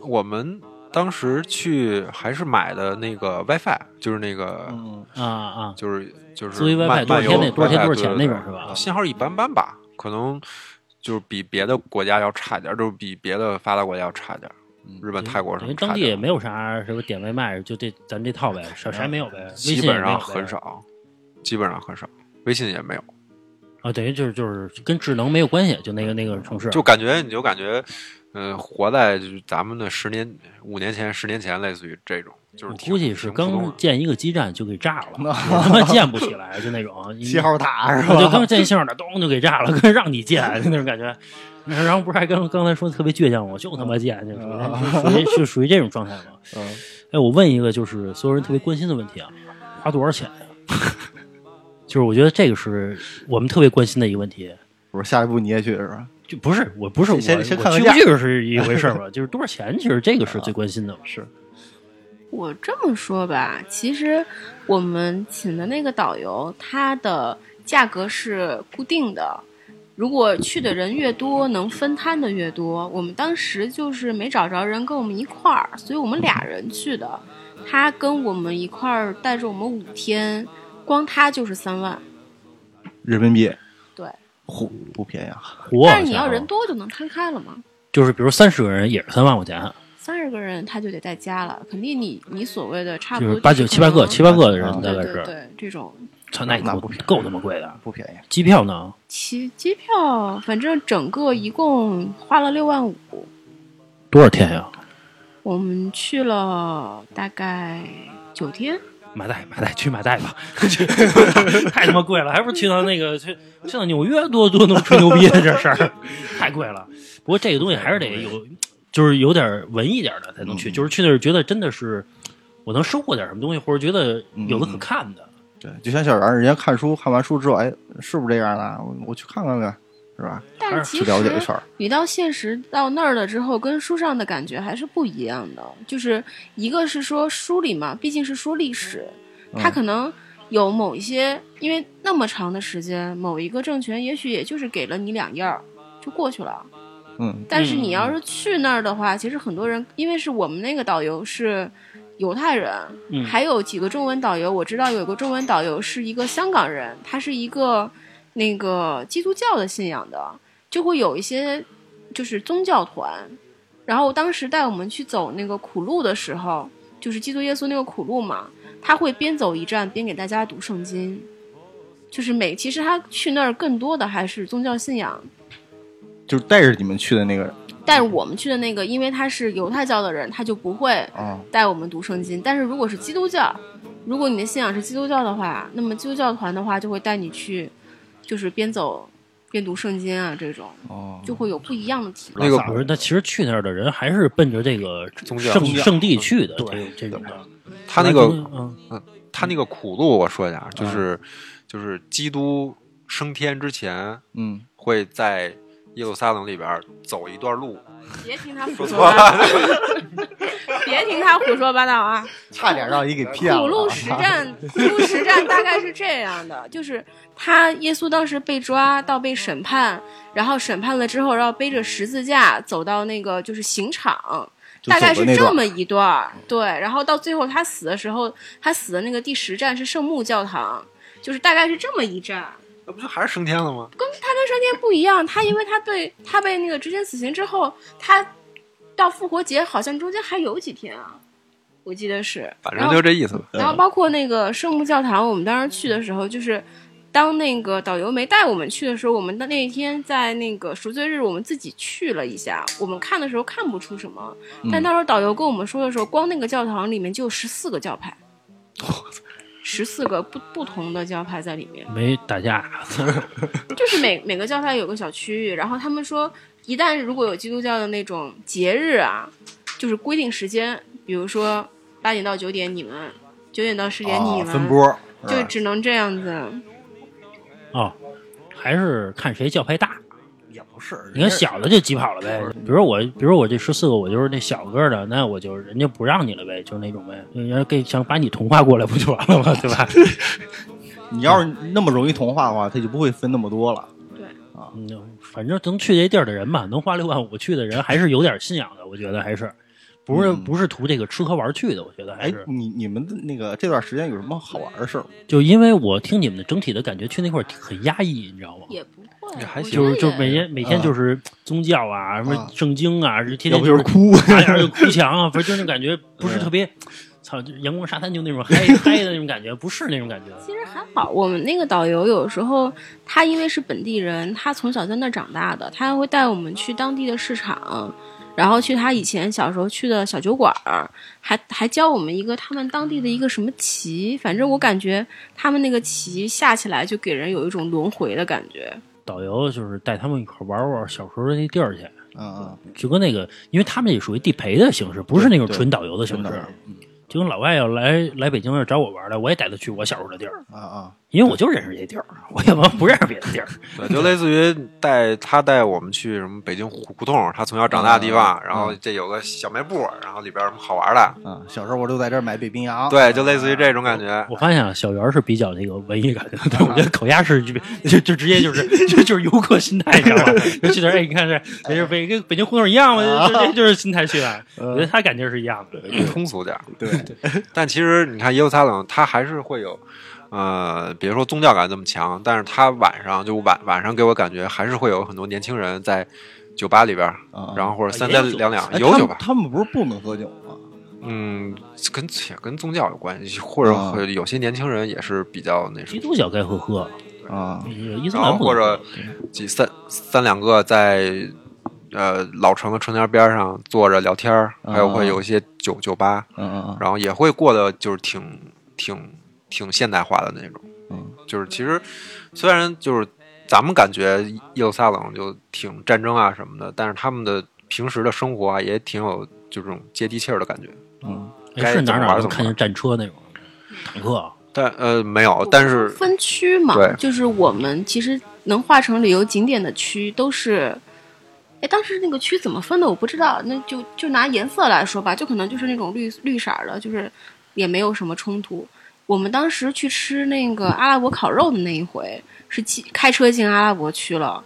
Speaker 4: 我们当时去还是买的那个 WiFi，就是那个
Speaker 3: 嗯，
Speaker 2: 啊啊！
Speaker 4: 就是就是
Speaker 2: 租一 WiFi
Speaker 4: 漫
Speaker 2: 多少
Speaker 4: 漫游
Speaker 2: 天得多少天
Speaker 4: WiFi，
Speaker 2: 多少钱
Speaker 4: 对对
Speaker 2: 那种是吧
Speaker 4: 对信号一般般吧，可能就是比别的国家要差一点儿，就是比别的发达国家要差一点儿。嗯日本、泰国
Speaker 2: 因
Speaker 4: 什么
Speaker 2: 为
Speaker 4: 差
Speaker 2: 当地
Speaker 4: 点
Speaker 2: 也
Speaker 4: 儿
Speaker 2: 没有啥什么点外卖，就这咱这套呗，啥啥也没有呗，微信
Speaker 4: 啊基
Speaker 2: 也
Speaker 4: 本
Speaker 2: 没有
Speaker 4: 上
Speaker 2: 呗
Speaker 4: 很少，基本上很少，微信也没有。
Speaker 2: 啊，等于就是就是跟智能没有关系，就那个那个城市
Speaker 4: 就感觉你就感觉，嗯、活在就是咱们的十年、五年前、十年前，类似于这种，就是
Speaker 2: 我
Speaker 4: 挺
Speaker 2: 估计是
Speaker 4: 挺普通
Speaker 2: 刚
Speaker 4: 的
Speaker 2: 建一个基站就给炸了，就他妈建不起来，就那 种
Speaker 3: 信号塔是
Speaker 2: 我就
Speaker 3: 吧？
Speaker 2: 刚建信号塔，咚就给炸了， 跟让你建就那种感觉。然后不是还刚刚才说特别倔强吗，我就他妈建，就属于就属于就属于这种状态吗？
Speaker 3: 嗯，
Speaker 2: 哎，我问一个就是所有人特别关心的问题啊，花多少钱呀、 就是我觉得这个是我们特别关心的一个问题。
Speaker 3: 我说下一步你也去是吧？
Speaker 2: 就不是我不是我
Speaker 3: 先先看
Speaker 2: 我
Speaker 3: 看
Speaker 2: 去
Speaker 3: 价啊
Speaker 2: 不去是一回事儿吧，就是 多少钱，其实这个是最关心的。是
Speaker 5: 我这么说吧，其实我们请的那个导游，他的价格是固定的。如果去的人越多，能分摊的越多。我们当时就是没找着人跟我们一块儿，所以我们俩人去的。他跟我们一块儿带着我们五天，光他就是三万。
Speaker 3: 人民币
Speaker 5: 对，
Speaker 3: 嚯不便宜啊！
Speaker 2: 嚯
Speaker 5: 但是你
Speaker 2: 家
Speaker 5: 要
Speaker 2: 伙
Speaker 5: 人多就能摊开了嘛。
Speaker 2: 就是比如三十个人也是三万块钱，啊
Speaker 5: 三十个人他就得带家了，肯定你你所谓的差不
Speaker 2: 就
Speaker 5: 多
Speaker 2: 是八九
Speaker 5: 可
Speaker 2: 七八个，
Speaker 5: 能
Speaker 2: 七八个人
Speaker 3: 啊
Speaker 2: 大概
Speaker 5: 对对
Speaker 2: 是。
Speaker 5: 对这种
Speaker 2: 操，那也
Speaker 3: 那
Speaker 2: 够
Speaker 3: 不便宜
Speaker 2: 够他妈贵的。啊
Speaker 3: 不便宜，
Speaker 2: 机票呢？
Speaker 5: 机机票，反正整个一共花了六万五，
Speaker 2: 多少天呀？
Speaker 5: 我们去了大概九天。
Speaker 2: 马代，马代，去马代吧， 太他妈贵了，还不如去到那个去去到纽约多多能吹牛逼的这事儿，太贵了。不过这个东西还是得有，就是有点文艺点的才能
Speaker 4: 嗯
Speaker 2: 去，就是去那儿觉得真的是我能收获点什么东西，或者觉得有的
Speaker 4: 嗯
Speaker 2: 可看的。
Speaker 3: 对，就像小袁儿，人家看书看完书之后，哎，是不是这样的啊？我我去看看呗，是吧？
Speaker 5: 但是其
Speaker 3: 去了解一
Speaker 5: 实
Speaker 3: 圈儿。
Speaker 5: 你到现实到那儿了之后，跟书上的感觉还是不一样的。就是一个是说书里嘛，毕竟是说历史，
Speaker 3: 嗯
Speaker 5: 它可能有某一些，因为那么长的时间，某一个政权也许也就是给了你两页儿就过去了。
Speaker 3: 嗯，
Speaker 5: 但是你要是去那儿的话，其实很多人，因为是我们那个导游是犹太人，
Speaker 2: 嗯
Speaker 5: 还有几个中文导游，我知道有个中文导游是一个香港人，他是一个那个基督教的信仰的，就会有一些就是宗教团。然后当时带我们去走那个苦路的时候，就是基督耶稣那个苦路嘛，他会边走一站边给大家读圣经，就是每其实他去那儿更多的还是宗教信仰，
Speaker 3: 就是带着你们去的那个人
Speaker 5: 但是我们去的那个，因为他是犹太教的人，他就不会
Speaker 3: 啊，
Speaker 5: 带我们读圣经。但是如果是基督教，如果你的信仰是基督教的话，那么基督教团的话就会带你去，就是边走边读圣经啊，这种
Speaker 3: 哦，
Speaker 5: 就会有不一样的体验。
Speaker 4: 那个
Speaker 2: 不是，那其实去那儿的人还是奔着这个
Speaker 4: 宗教
Speaker 2: 圣
Speaker 4: 宗教嗯
Speaker 2: 圣地去的，
Speaker 3: 对
Speaker 2: 这这种的。
Speaker 4: 他那个
Speaker 2: 嗯，
Speaker 4: 他那个苦路，我说一下，就是就是基督升天之前
Speaker 3: 嗯，
Speaker 4: 会在耶路撒冷里边走一段路，
Speaker 5: 别听他胡说八道，别听他胡说八道啊！
Speaker 3: 差点让你给骗了。
Speaker 5: 苦路实
Speaker 3: 啊
Speaker 5: 战，苦路实战大概是这样的，就是他耶稣当时被抓到被审判，然后审判了之后，然后背着十字架走到那个就是刑场，
Speaker 3: 就
Speaker 5: 大概
Speaker 3: 走
Speaker 5: 是
Speaker 3: 的那
Speaker 5: 这
Speaker 3: 段
Speaker 5: 么一段儿。对，然后到最后他死的时候，他死的那个第十站是圣母教堂，就是大概是这么一站。
Speaker 4: 那不就还是升天了吗？
Speaker 5: 他跟上天不一样，他因为他被他被那个执行死刑之后，他到复活节好像中间还有几天啊，我记得是。
Speaker 4: 反
Speaker 5: 然
Speaker 4: 正
Speaker 5: 后
Speaker 4: 就这意思吧。
Speaker 5: 然后包括那个圣母教堂，我们当时去的时候，就是当那个导游没带我们去的时候，我们的那一天在那个赎罪日，我们自己去了一下。我们看的时候看不出什么，
Speaker 3: 嗯
Speaker 5: 但到时候导游跟我们说的时候，光那个教堂里面就有十四个教派，十四个不不同的教派在里 面。
Speaker 2: 没打架，啊
Speaker 5: 就是每每个教派有个小区域，然后他们说，一旦如果有基督教的那种节日啊，就是规定时间，比如说八点到九点你们，九点到十点你
Speaker 3: 啊，
Speaker 5: 们，
Speaker 3: 分波，是
Speaker 5: 就
Speaker 3: 吧
Speaker 5: 只能这样子。
Speaker 2: 哦，还是看谁教派大。
Speaker 3: 也不是，
Speaker 2: 你看小的就挤跑了呗，比如我，比如我这十四个，我就是那小个儿的，那我就人家不让你了呗，就是那种呗，人家给想把你同化过来不就完了吗？对吧？
Speaker 3: 你要是那么容易同化的话，他就不会分那么多了。
Speaker 2: 嗯，反正能去这地儿的人嘛，能花六万五去的人还是有点信仰的，我觉得还是。不是
Speaker 3: 嗯
Speaker 2: 不是图这个吃喝玩去的，我觉得还
Speaker 3: 哎
Speaker 2: 是，
Speaker 3: 你你们的那个这段时间有什么好玩的事儿吗？
Speaker 2: 就因为我听你们的整体的感觉，去那块儿很压抑，你知道吗？
Speaker 5: 也不会
Speaker 4: 也，还
Speaker 5: 我
Speaker 4: 行
Speaker 5: 觉
Speaker 2: 就
Speaker 5: 得
Speaker 2: 是就是
Speaker 5: 也
Speaker 2: 每天每天
Speaker 3: 啊
Speaker 2: 就是宗教啊，什么
Speaker 3: 啊
Speaker 2: 圣经啊，就天
Speaker 3: 要
Speaker 2: 天
Speaker 3: 不就是哭，
Speaker 2: 打眼儿就哭墙 啊，反正就是那感觉不是特别，操，就阳光沙滩就那种嗨嗨的那种感觉，不是那种感觉。
Speaker 5: 其实还好，我们那个导游有时候他因为是本地人，他从小在那儿长大的，他会带我们去当地的市场，然后去他以前小时候去的小酒馆儿，还还教我们一个他们当地的一个什么棋，反正我感觉他们那个棋下起来就给人有一种轮回的感觉。
Speaker 2: 导游就是带他们一块儿玩玩小时候的那地儿去，
Speaker 3: 嗯
Speaker 2: 就跟那个，因为他们也属于地陪的形式，不是那种
Speaker 3: 对
Speaker 2: 纯导游的
Speaker 3: 真
Speaker 2: 形
Speaker 3: 的
Speaker 2: 式。就跟老外要来来北京要找我玩来，我也带他去我小时候的地儿，
Speaker 3: 啊啊，
Speaker 2: 因为我就认识这地儿，我也不不认识别的地儿。
Speaker 4: 对，就类似于带他带我们去什么北京胡胡同，他从小长大的
Speaker 3: 嗯
Speaker 4: 地方，然后这有个小卖部，然后里边有什么好玩的，
Speaker 3: 啊，小时候我就在这儿买北冰洋，
Speaker 4: 对，就类似于这种感觉。
Speaker 2: 我发现啊，小袁是比较那个文艺感觉，但我觉得烤鸭是就就就直接就是就就是游客心态，你知道吧？就去那儿，哎，你看这没事，北跟北京胡同一样嘛，就就就就是心态去
Speaker 4: 啊
Speaker 2: 了。我觉得他感觉是一样的。
Speaker 4: 嗯通俗点儿，
Speaker 3: 嗯对
Speaker 4: 但其实你看耶路撒冷，它还是会有，呃，别说宗教感这么强，但是它晚上就晚晚上给我感觉还是会有很多年轻人在酒吧里边儿，
Speaker 3: 啊
Speaker 4: 然后或者三
Speaker 2: 也有
Speaker 4: 三两两
Speaker 3: 哎
Speaker 4: 有
Speaker 3: 他
Speaker 4: 酒
Speaker 3: 们
Speaker 4: 吧，
Speaker 3: 他们不是不能喝酒吗？
Speaker 4: 嗯，跟也跟宗教有关系，或者
Speaker 3: 啊
Speaker 4: 会有些年轻人也是比较那什
Speaker 2: 基
Speaker 4: 么。
Speaker 2: 督教该喝喝，
Speaker 3: 啊，
Speaker 2: 伊斯
Speaker 4: 然
Speaker 2: 兰
Speaker 4: 后
Speaker 2: 不
Speaker 4: 或
Speaker 2: 能喝
Speaker 4: 者几三三两个在呃老城的春天边上坐着聊天儿，还有
Speaker 3: 啊
Speaker 4: 会有一些酒酒吧，
Speaker 3: 嗯嗯
Speaker 4: 然后也会过得就是挺挺挺现代化的那种，
Speaker 3: 嗯，
Speaker 4: 就是其实虽然就是咱们感觉耶路撒冷就挺战争啊什么的，但是他们的平时的生活啊也挺有就这种接地气儿的感觉。
Speaker 3: 嗯
Speaker 2: 哎是哪儿哪儿
Speaker 4: 该怎么玩
Speaker 2: 能
Speaker 4: 怎么玩
Speaker 2: 看见战车那种坦克啊，
Speaker 4: 但呃没有，但是
Speaker 5: 分区嘛
Speaker 4: 对，
Speaker 5: 就是我们其实能划成旅游景点的区都是。哎，当时那个区怎么分的我不知道，那就就拿颜色来说吧，就可能就是那种绿绿色儿的，就是也没有什么冲突。我们当时去吃那个阿拉伯烤肉的那一回，是进开车进阿拉伯区了，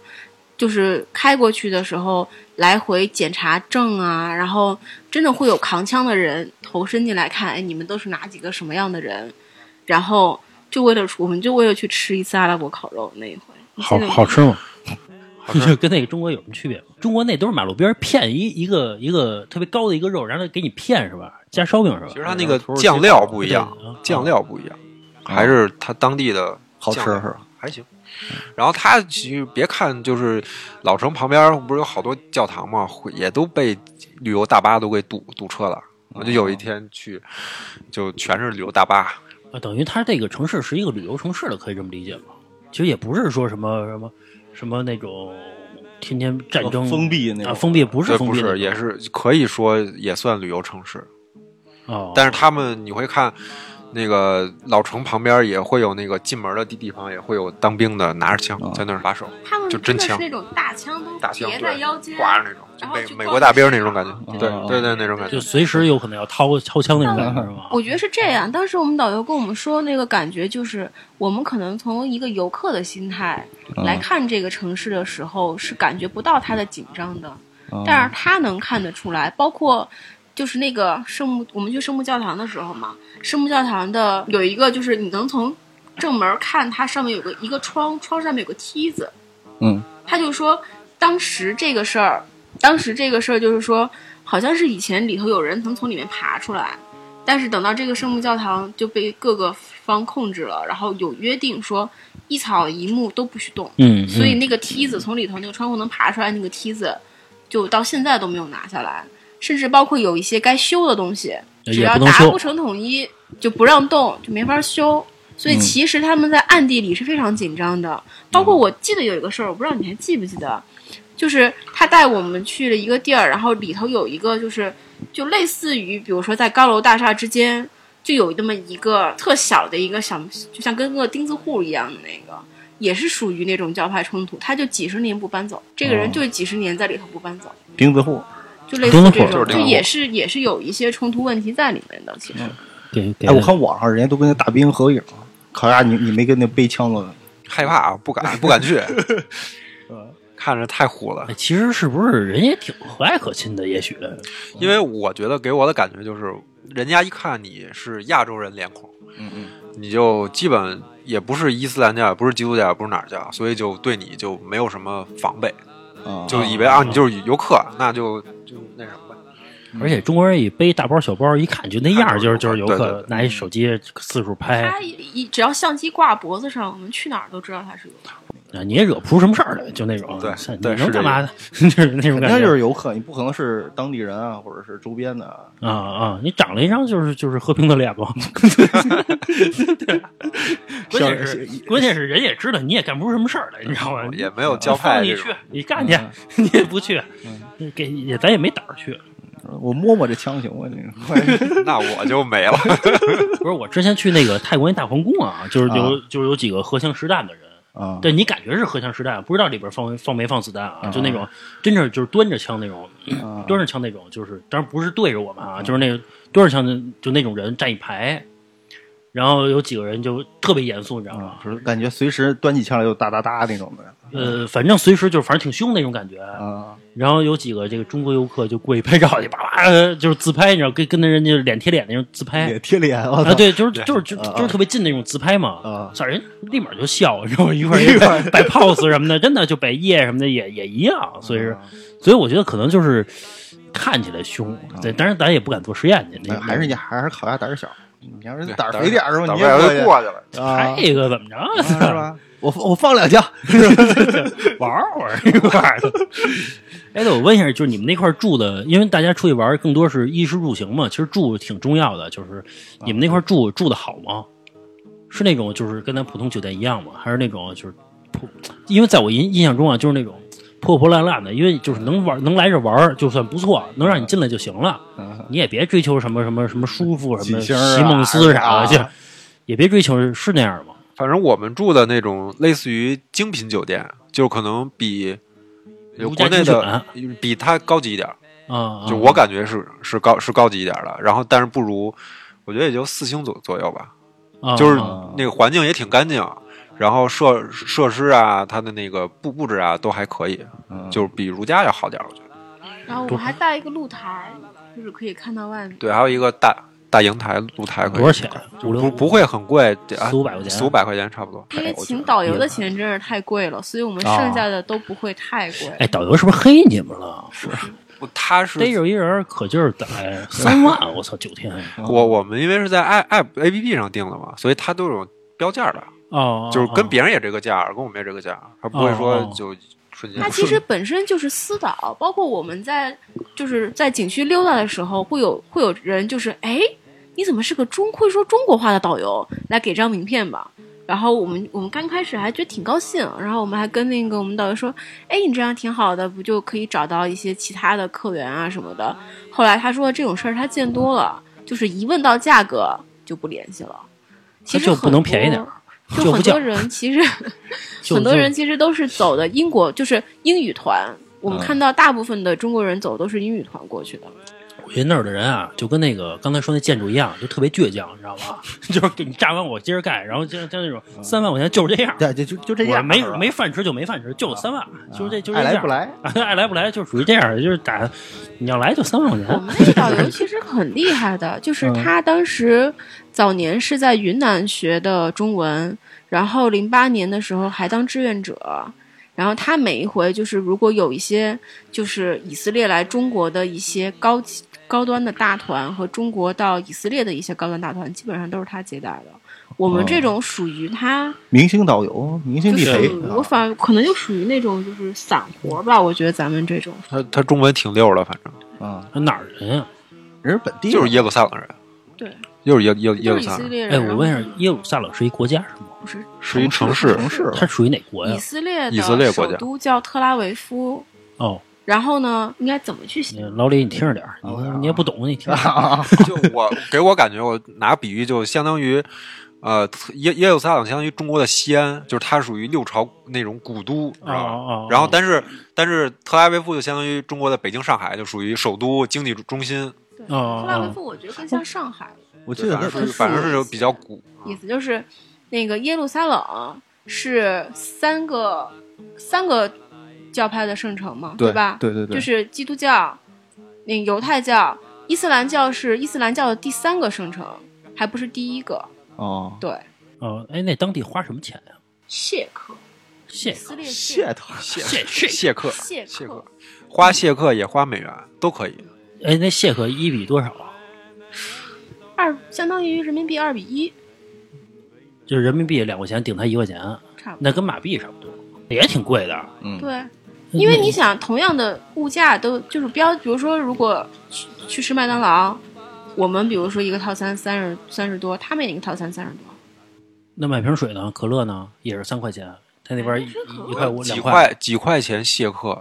Speaker 5: 就是开过去的时候来回检查证啊，然后真的会有扛枪的人头伸进来看，哎，你们都是哪几个什么样的人，然后就为了我们就为了去吃一次阿拉伯烤肉那一回，
Speaker 2: 好
Speaker 5: 这个
Speaker 2: 好吃吗？就跟那个中国有什么区别吗？中国那都是马路边儿骗一一个一个特别高的一个肉，然后给你骗是吧？加烧饼是吧？
Speaker 4: 其实
Speaker 3: 哎
Speaker 4: 它那个酱料不一样
Speaker 2: 对啊，
Speaker 4: 酱料不一样，还是它当地的
Speaker 3: 好吃
Speaker 4: 酱料
Speaker 3: 是吧？
Speaker 4: 还行。然后它其实别看就是老城旁边不是有好多教堂嘛，会也都被旅游大巴都给堵堵车了。我就有
Speaker 2: 哦
Speaker 4: 一天去，就全是旅游大巴，
Speaker 2: 啊，等于它这个城市是一个旅游城市了，可以这么理解吗？其实也不是说什么什么什么那种天天战
Speaker 4: 呃
Speaker 2: 争
Speaker 3: 封闭那
Speaker 2: 啊，
Speaker 3: 种
Speaker 2: 封闭不是
Speaker 4: 这
Speaker 2: 封
Speaker 4: 呃不
Speaker 2: 闭
Speaker 4: 是
Speaker 2: 的
Speaker 4: 也是可以说也算旅游城市，
Speaker 2: 哦，
Speaker 4: 但是他们你会看。那个老城旁边也会有那个进门的地地方，也会有当兵的拿着枪
Speaker 2: 哦
Speaker 3: 啊
Speaker 4: 在那儿把守，
Speaker 5: 他们
Speaker 4: 就真
Speaker 5: 的是
Speaker 4: 枪
Speaker 5: 那种大枪都
Speaker 4: 大枪
Speaker 5: 别在
Speaker 4: 对
Speaker 5: 腰间，
Speaker 4: 挂着那种，就
Speaker 5: 然后去
Speaker 4: 美美
Speaker 5: 逛
Speaker 4: 国大兵那种感觉
Speaker 5: 市，场
Speaker 4: 对
Speaker 3: 啊
Speaker 4: 对对那种感觉
Speaker 2: 哦就。随时有可能要掏掏枪那种感觉是吗？
Speaker 5: 我觉得是这样。当时我们导游跟我们说，那个感觉就是，我们可能从一个游客的心态
Speaker 4: 嗯
Speaker 5: 来看这个城市的时候，是感觉不到它的紧张的，
Speaker 3: 啊嗯
Speaker 5: 但是他能看得出来，包括。就是那个圣母，我们去圣母教堂的时候嘛，圣母教堂的有一个，就是你能从正门看，它上面有个一个窗，窗上面有个梯子，
Speaker 3: 嗯，
Speaker 5: 他就说当时这个事儿，当时这个事儿就是说，好像是以前里头有人能从里面爬出来，但是等到这个圣母教堂就被各个方控制了，然后有约定说一草一木都不许动，
Speaker 2: 嗯，
Speaker 5: 所以那个梯子从里头那个窗户能爬出来那个梯子，就到现在都没有拿下来，甚至包括有一些该修的东西，
Speaker 2: 嗯
Speaker 5: 只
Speaker 2: 也
Speaker 5: 要
Speaker 2: 不能
Speaker 5: 达
Speaker 2: 修
Speaker 5: 不，成统一就不让动，就没法修。所
Speaker 2: 嗯
Speaker 5: 以其实他们在暗地里是非常紧张的。包括我记得有一个事儿，我不知道你还记不记得，就是他带我们去了一个地儿，然后里头有一个就是就类似于，比如说在高楼大厦之间，就有那么一个特小的一个小，就像跟个钉子户一样的那个。也是属于那种教派冲突，他就几十年不搬走，这个人
Speaker 3: 哦
Speaker 5: 就几十年在里头不搬走，
Speaker 3: 钉子户，
Speaker 5: 就类似于
Speaker 2: 钉
Speaker 5: 这
Speaker 2: 子户
Speaker 5: 种，
Speaker 4: 就是钉子户
Speaker 5: 就也是也是有一些冲突问题在里面的。其实，
Speaker 2: 给给
Speaker 3: 哎，我看网上人家都跟那大兵合影，
Speaker 4: 啊
Speaker 3: 烤鸭你你没跟那背枪的， 嗯
Speaker 4: 害怕，不敢不敢去。看着太虎了
Speaker 2: 哎，。其实是不是人也挺和蔼可亲的？也许
Speaker 4: 嗯因为我觉得给我的感觉就是，人家一看你是亚洲人脸孔，
Speaker 3: 嗯嗯，
Speaker 4: 你就基本也不是伊斯兰教，也不是基督教，也不是哪儿教，所以就对你就没有什么防备，
Speaker 3: 啊
Speaker 4: 就以为啊你就是游客，那就就那什么吧。
Speaker 2: 而且中国人一背大包小包，一看就那样儿，就是就是游
Speaker 4: 对对
Speaker 2: 客
Speaker 4: 对
Speaker 2: 拿一手机四处
Speaker 4: 哎
Speaker 2: 拍，
Speaker 5: 他一一只要相机挂脖子上，我们去哪儿都知道他是游客。
Speaker 2: 啊你也惹不出什么事儿来，就那种，
Speaker 4: 对
Speaker 2: 像你
Speaker 4: 对
Speaker 2: 能
Speaker 4: 是这
Speaker 2: 干嘛呢？ 就是那种
Speaker 3: 肯
Speaker 2: 感觉，
Speaker 3: 定就是游客，你不可能是当地人啊，或者是周边的啊。
Speaker 2: 啊啊！你长了一张就是就是和平的脸嘛，关键是关键是人也知道你也干不出什么事儿来，你知道吗？
Speaker 4: 哦也没有教派
Speaker 2: 放你
Speaker 4: 这
Speaker 2: 去
Speaker 4: 种，
Speaker 2: 你干去， 你也不去，给也咱也没胆儿去。
Speaker 3: 我摸摸这枪行吗？这 个
Speaker 4: 那我就没了。
Speaker 2: 不是我之前去那个泰国那大皇宫啊，就是有
Speaker 3: 啊
Speaker 2: 就是有几个荷枪实弹的人，
Speaker 3: 啊，
Speaker 2: 对你感觉是荷枪实弹，不知道里边放放没放子弹啊，就那种真正就是端着枪那种，
Speaker 3: 啊
Speaker 2: 端着枪那种，就是当然不是对着我们啊，就是那个端着枪的就那种人站一排，然后有几个人就特别严肃，你知道吗
Speaker 3: 啊，？就是感觉随时端起枪来就哒哒哒那种的
Speaker 2: 呃，反正随时就是反正挺凶那种感觉。
Speaker 3: 啊
Speaker 2: 然后有几个这个中国游客就过去拍照去，叭叭呃就是自拍，你知道，跟跟那人家脸贴脸那种自拍
Speaker 3: 也。贴脸我操
Speaker 2: 哎啊，对，就是就是就
Speaker 3: 啊啊
Speaker 2: 就是特别近那种自拍嘛，
Speaker 3: 啊
Speaker 2: 操人立马就笑，然后一 块儿一块儿摆 pose 什么的，真的就摆夜什么的也也一
Speaker 3: 啊
Speaker 2: 样，所以是，所以我觉得可能就是看起来凶，对，当然咱也不敢做实验去，那
Speaker 3: 哎啊还是你还是烤鸭胆儿小，你要是
Speaker 4: 对
Speaker 3: 胆儿肥点儿是吧？
Speaker 4: 胆
Speaker 3: 你
Speaker 4: 儿肥点儿
Speaker 3: 也
Speaker 4: 就过去了。
Speaker 3: 去啊，
Speaker 2: 这个怎么着
Speaker 3: 啊是吧？我我放两枪，
Speaker 2: 玩儿会儿一块儿的。哎，对，我问一下，就是你们那块儿住的，因为大家出去玩儿更多是衣食住行嘛，其实住挺重要的。就是你们那块儿住住的好吗？是那种就是跟咱普通酒店一样吗？还是那种就是破？因为在我印印象中啊，就是那种破破烂烂的，因为就是能玩能来这玩儿就算不错，能让你进来就行了，你也别追求什么什么什么舒服什么
Speaker 3: 几星儿啊
Speaker 2: 席梦思啥
Speaker 3: 啊
Speaker 2: 的，就也别追求是那样吗？
Speaker 4: 反正我们住的那种类似于精品酒店，就可能比有
Speaker 2: 如家
Speaker 4: 国内
Speaker 2: 精
Speaker 4: 的比它高级一点儿，
Speaker 2: 啊，啊
Speaker 4: 就我感觉是是高是高级一点儿的。然后但是不如，我觉得也就四星左左右吧。
Speaker 2: 啊
Speaker 4: 就是
Speaker 2: 啊
Speaker 4: 那个环境也挺干净，然后设设施啊，它的那个布布置啊都还可以，
Speaker 2: 嗯
Speaker 4: 就是比如家要好点儿，我觉得。
Speaker 5: 然后我们还带一个露台，就是可以看到外面。
Speaker 4: 对，还有一个大大阳台露台可以，
Speaker 2: 多少钱？五六
Speaker 4: 不不会很贵，得啊
Speaker 2: 四五百块钱
Speaker 4: 四五百块钱差不多。
Speaker 5: 因为
Speaker 4: 哎我觉
Speaker 5: 请
Speaker 4: 得啊
Speaker 5: 导游的钱真是太贵了，所以我们剩下的都不会太贵。
Speaker 2: 哎，导游是不是黑你们了？
Speaker 4: 不他是
Speaker 2: 逮着一人可劲儿逮，三万！我操，九天啊
Speaker 4: 我我们因为是在 i app A P P 上订的嘛，所以它都有标价的，
Speaker 2: 哦
Speaker 4: 就是跟别人也这个价，跟我们也这个价，它不会
Speaker 2: 哦
Speaker 4: 说
Speaker 2: 哦
Speaker 4: 就瞬间。
Speaker 5: 它其实本身就是私导，包括我们在就是在景区溜达的时候，会有会有人就是哎，你怎么是个中会说中国话的导游？来给张名片吧。然后我们我们刚开始还觉得挺高兴，然后我们还跟那个我们导游说，哎，你这样挺好的，不就可以找到一些其他的客源啊什么的。后来他说这种事儿他见多了，就是一问到价格就不联系了。其实
Speaker 2: 就不能
Speaker 5: 很多
Speaker 2: 便宜点儿
Speaker 5: 就
Speaker 2: 就
Speaker 5: 很
Speaker 2: 不叫
Speaker 5: 多人其实。
Speaker 2: 就
Speaker 5: 很多人其实都是走的英国，就是英语团。我
Speaker 2: 嗯
Speaker 5: 们看到大部分的中国人走都是英语团过去的，
Speaker 2: 我觉得那儿的人啊，就跟那个刚才说那建筑一样，就特别倔强，你知道吗？ 就是给你炸完我接着盖，然后就就那种三万块钱就是嗯这样，
Speaker 3: 对，就就就这
Speaker 2: 我
Speaker 3: 样，
Speaker 2: 没
Speaker 3: 是吧
Speaker 2: 没饭吃就没饭吃，就三万，就是这就是
Speaker 3: 爱
Speaker 2: 这
Speaker 3: 来
Speaker 2: 样
Speaker 3: 不来，
Speaker 2: 啊爱来不来就属于这样，就是打你要来就三万块
Speaker 5: 我
Speaker 2: 钱
Speaker 5: 们那个导游其实很厉害的，就是
Speaker 2: 嗯
Speaker 5: 他当时早年是在云南学的中文，然后零八年的时候还当志愿者。然后他每一回就是，如果有一些就是以色列来中国的一些高级高端的大团和中国到以色列的一些高端大团，基本上都是他接待的。我
Speaker 2: 哦
Speaker 5: 们这种属于他
Speaker 3: 明星导游，明星
Speaker 5: 就
Speaker 3: 地啊陪
Speaker 5: 是，我反而可能就属于那种就是散活吧，我觉得咱们这种
Speaker 4: 他他中文挺溜的，反正
Speaker 3: 啊，
Speaker 2: 哪儿人啊？
Speaker 3: 人是本地人，
Speaker 4: 就是耶路撒冷人，
Speaker 5: 对，
Speaker 4: 又是耶耶耶
Speaker 5: 都是
Speaker 4: 路
Speaker 5: 以
Speaker 4: 撒
Speaker 5: 色
Speaker 4: 冷，
Speaker 5: 列人。
Speaker 2: 哎，我问一
Speaker 5: 然
Speaker 2: 下
Speaker 5: 后，
Speaker 2: 耶路撒冷是一国家是吗？
Speaker 5: 不是
Speaker 4: 是一城市。
Speaker 3: 城市
Speaker 2: 它属于哪国呀
Speaker 5: 以？色列
Speaker 4: 以色列
Speaker 5: 的
Speaker 4: 国
Speaker 5: 首
Speaker 4: 家
Speaker 5: 都叫特拉维夫，
Speaker 2: 哦，
Speaker 5: 然后呢，应该怎么去
Speaker 2: 你
Speaker 5: 写？
Speaker 2: 老李，你听着点儿，你你也不懂，你听着点儿。
Speaker 3: 啊，
Speaker 4: 就我给我感觉，我拿比喻就相当于，呃，耶耶路撒冷相当于中国的西安，就是它属于六朝那种古都，知道吧？
Speaker 2: 哦哦哦
Speaker 4: 然后但是但是特拉维夫就相当于中国的北京、上海，就属于首都经济中心，
Speaker 5: 对，
Speaker 2: 哦
Speaker 5: 特拉维夫我觉得更像上海，
Speaker 3: 我记
Speaker 4: 就
Speaker 3: 得他
Speaker 4: 反正
Speaker 3: 他
Speaker 4: 是反正是有比较古。
Speaker 5: 意思就是那个耶路撒冷是三个三个教派的圣城嘛，
Speaker 3: 对
Speaker 5: 吧？
Speaker 3: 对对对，
Speaker 5: 就是基督教、那犹太教、伊斯兰教是伊斯兰教的第三个圣城，还不是第一个。
Speaker 3: 哦，
Speaker 5: 对，
Speaker 2: 哦，哎，那当地花什么钱呀？
Speaker 5: 谢克，
Speaker 2: 谢
Speaker 5: 以色
Speaker 4: 哦
Speaker 5: 列
Speaker 3: 谢
Speaker 5: 谢
Speaker 3: 头
Speaker 4: 谢
Speaker 2: 谢
Speaker 4: 谢谢客，
Speaker 5: 谢
Speaker 4: 谢
Speaker 5: 克
Speaker 4: 克，花谢客也花美元都可以。
Speaker 2: 哎，那谢克一比多少啊？
Speaker 5: 二相当于人民币二比一，
Speaker 2: 就是人民币两块钱顶他一块钱，
Speaker 5: 差不多。
Speaker 2: 那跟马币差不多，也挺贵的。
Speaker 3: 嗯，
Speaker 5: 对，因为
Speaker 2: 那
Speaker 5: 你想，同样的物价都就是标，比如说，如果去去吃麦当劳，我们比如说一个套餐三十三十多，他们也一个套餐三十多。
Speaker 2: 那买瓶水呢，可乐呢也是三块钱，他那边一一一块五
Speaker 4: 几
Speaker 2: 两块
Speaker 4: 块几块钱谢客，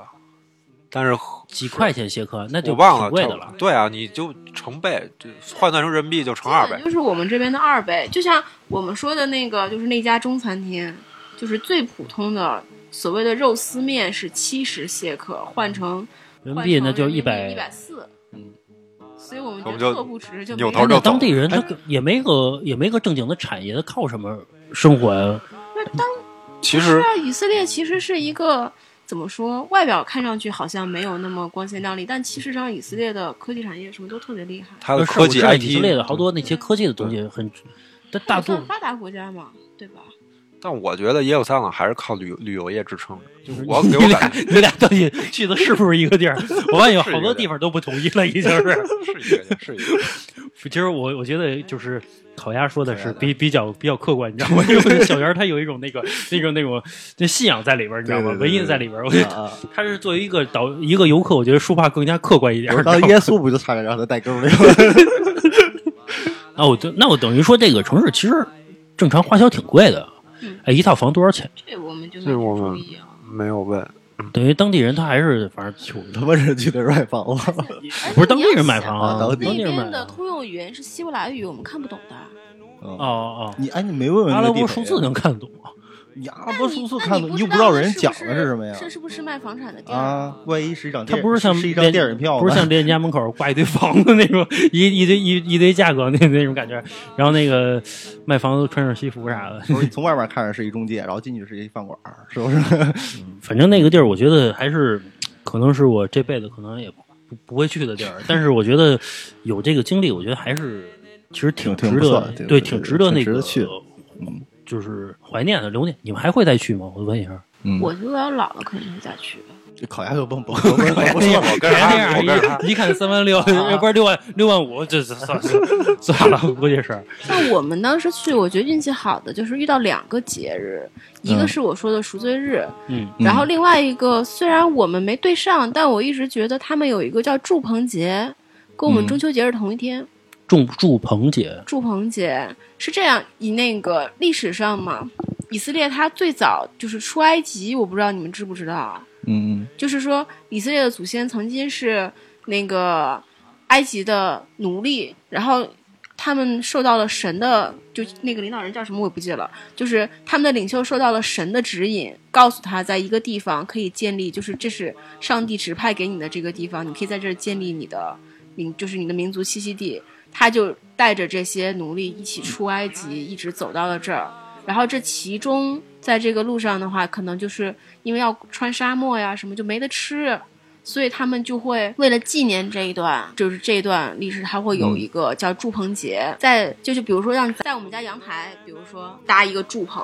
Speaker 4: 但是
Speaker 2: 几块钱谢克，那就
Speaker 4: 我忘了
Speaker 2: 挺贵
Speaker 4: 差
Speaker 2: 的
Speaker 4: 不多
Speaker 2: 了。
Speaker 4: 对啊，你就成倍，这换算成人民币就乘
Speaker 5: 基
Speaker 4: 二
Speaker 5: 本
Speaker 4: 倍。
Speaker 5: 就是我们这边的二倍。就像我们说的那个，就是那家中餐厅，就是最普通的所谓的肉丝面是七十谢克，换成
Speaker 2: 人民币那就
Speaker 5: 一
Speaker 2: 一百
Speaker 5: 一百四。
Speaker 3: 嗯，
Speaker 5: 所以我们
Speaker 4: 我们
Speaker 5: 就
Speaker 4: 就
Speaker 5: 特不值，就
Speaker 4: 扭
Speaker 5: 没
Speaker 4: 头
Speaker 5: 有
Speaker 4: 就
Speaker 2: 那
Speaker 4: 走
Speaker 2: 当地人他也没个也没个正经的产业，他靠什么生活呀？
Speaker 4: 其
Speaker 5: 是
Speaker 4: 实
Speaker 5: 啊，以色列其实是一个怎么说？外表看上去好像没有那么光鲜亮丽，但其实上以色列的科技产业什么都特别厉害。
Speaker 4: 它的
Speaker 2: 是
Speaker 4: 科技
Speaker 2: 我知
Speaker 4: 嗯
Speaker 2: 道以色
Speaker 4: IT
Speaker 2: 列的好多那些科技的东西很，但大
Speaker 5: 也
Speaker 2: 多
Speaker 5: 算发达国家嘛，对吧？
Speaker 4: 但我觉得耶路撒冷还是靠旅旅游业支撑的。就我
Speaker 2: 你
Speaker 4: 给我
Speaker 2: 俩
Speaker 4: 感觉
Speaker 2: 你俩到底去的是不是一个地儿？我发现有好多地方都不统一了，已经 是。
Speaker 4: 是一个是一个，
Speaker 2: 其实我我觉得就是烤鸭说的是比比较比较客观，你知道吗？因为小圆他有一种那 个那个那种那信仰在里边，你知道吗？
Speaker 3: 对对对
Speaker 2: 文艺在里边，我觉得
Speaker 3: 啊啊
Speaker 2: 他是作为一个导一个游客，我觉得说话更加客观一点。
Speaker 3: 我
Speaker 2: 你知道
Speaker 3: 当
Speaker 2: 吗
Speaker 3: 啊耶稣不就差点让他带沟里了？
Speaker 2: 那啊我就那我等于说这个城市其实正常花销挺贵的
Speaker 5: 嗯。
Speaker 2: 哎，一套房多少钱？
Speaker 5: 这我们就没
Speaker 4: 这我们
Speaker 5: 注意啊。
Speaker 4: 没有问。
Speaker 3: 嗯
Speaker 2: 等于当地人他还是反正穷，
Speaker 3: 他妈是去那儿买房了，
Speaker 5: 而
Speaker 2: 不是
Speaker 5: 且
Speaker 2: 当
Speaker 5: 你
Speaker 2: 地
Speaker 5: 要
Speaker 2: 人买
Speaker 5: 想
Speaker 2: 房
Speaker 3: 啊
Speaker 2: 啊，
Speaker 3: 当
Speaker 2: 当
Speaker 3: 地
Speaker 2: 地
Speaker 5: 那
Speaker 2: 人买
Speaker 5: 边的
Speaker 2: 房。
Speaker 5: 通用语言是希伯来语，我们看不懂的。
Speaker 2: 哦哦，
Speaker 3: 你哎，你没问问
Speaker 2: 阿
Speaker 3: 那
Speaker 2: 拉
Speaker 3: 地
Speaker 2: 伯
Speaker 3: 方
Speaker 2: 数
Speaker 3: 呀
Speaker 2: 字能看懂啊吗？
Speaker 3: 你阿拉伯数字看
Speaker 5: 那
Speaker 3: 的，
Speaker 5: 你
Speaker 3: 又不
Speaker 5: 不
Speaker 3: 知道人讲的
Speaker 5: 是
Speaker 3: 什么呀？
Speaker 5: 这是不是卖房产的地儿？
Speaker 3: 啊，万一是一张
Speaker 2: 它
Speaker 3: 电，
Speaker 2: 不是像
Speaker 3: 是一张电影票吗，
Speaker 2: 不是像别人家门口挂一堆房子那种一一堆一一堆价格那那种感觉。然后那个卖房子穿上西服啥的，
Speaker 3: 不是你从外面看着是一中介，然后进去是一饭馆儿，是不是？
Speaker 2: 反正那个地儿我觉得还是可能是我这辈子可能也不不会去的地儿。但是我觉得有这个经历，我觉得还是其实挺
Speaker 3: 挺
Speaker 2: 值
Speaker 3: 不错
Speaker 2: 得
Speaker 3: 的，挺
Speaker 2: 对，
Speaker 3: 挺
Speaker 2: 值得
Speaker 3: 挺
Speaker 2: 那
Speaker 3: 值
Speaker 2: 个
Speaker 3: 得去的嗯
Speaker 2: 就是怀念的留念。你们还会再去吗？我问一下。
Speaker 3: 嗯，
Speaker 5: 我觉得要老了肯定会再去的。
Speaker 3: 这烤鸭就蹦蹦蹦蹦蹦蹦，
Speaker 4: 哎我
Speaker 2: 别
Speaker 4: 跟着
Speaker 2: 那
Speaker 4: 他，
Speaker 2: 样
Speaker 4: 我跟着他。
Speaker 2: 一一看三万 六，要不然六万六万五，这这算了算了，估计是。
Speaker 5: 像我们当时去，我觉得运气好的就是遇到两个节日，一个是我说的赎罪日，
Speaker 2: 嗯，
Speaker 5: 然后另外一个虽然我们没对上，但我一直觉得他们有一个叫祝棚节，跟我们
Speaker 3: 嗯
Speaker 5: 中秋节是同一天。
Speaker 2: 祝祝鹏姐，
Speaker 5: 祝棚节是这样，以那个历史上嘛，以色列它最早就是出埃及，我不知道你们知不知道，啊
Speaker 3: 嗯
Speaker 5: 就是说以色列的祖先曾经是那个埃及的奴隶，然后他们受到了神的，就那个领导人叫什么我也不记得了，就是他们的领袖受到了神的指引，告诉他在一个地方可以建立，就是这是上帝指派给你的这个地方，你可以在这儿建立你的，你就是你的民族栖息地。他就带着这些奴隶一起出埃及，一直走到了这儿。然后这其中在这个路上的话，可能就是因为要穿沙漠呀什么，就没得吃，所以他们就会为了纪念这一段，就是这一段历史，它会有一个叫祝棚节，在就是比如说让在我们家阳台，比如说搭一个祝棚，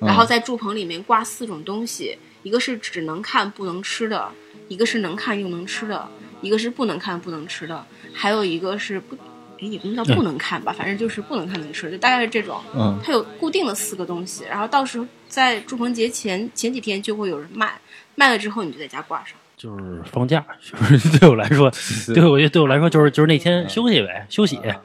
Speaker 3: 嗯
Speaker 5: 然后在祝棚里面挂四种东西，一个是只能看不能吃的，一个是能看又能吃的，一个是不能看不能吃的，还有一个是不，哎，也不能叫不能看吧，反正就是不能看能吃的，就大概是这种。
Speaker 3: 嗯
Speaker 5: 它有固定的四个东西，然后到时候在祝棚节前前几天就会有人卖，卖了之后你就在家挂上。
Speaker 2: 就是放假， 就是对我来说，对我觉得对我来说就是就是那
Speaker 3: 嗯
Speaker 2: 天休息呗，休息，
Speaker 3: 啊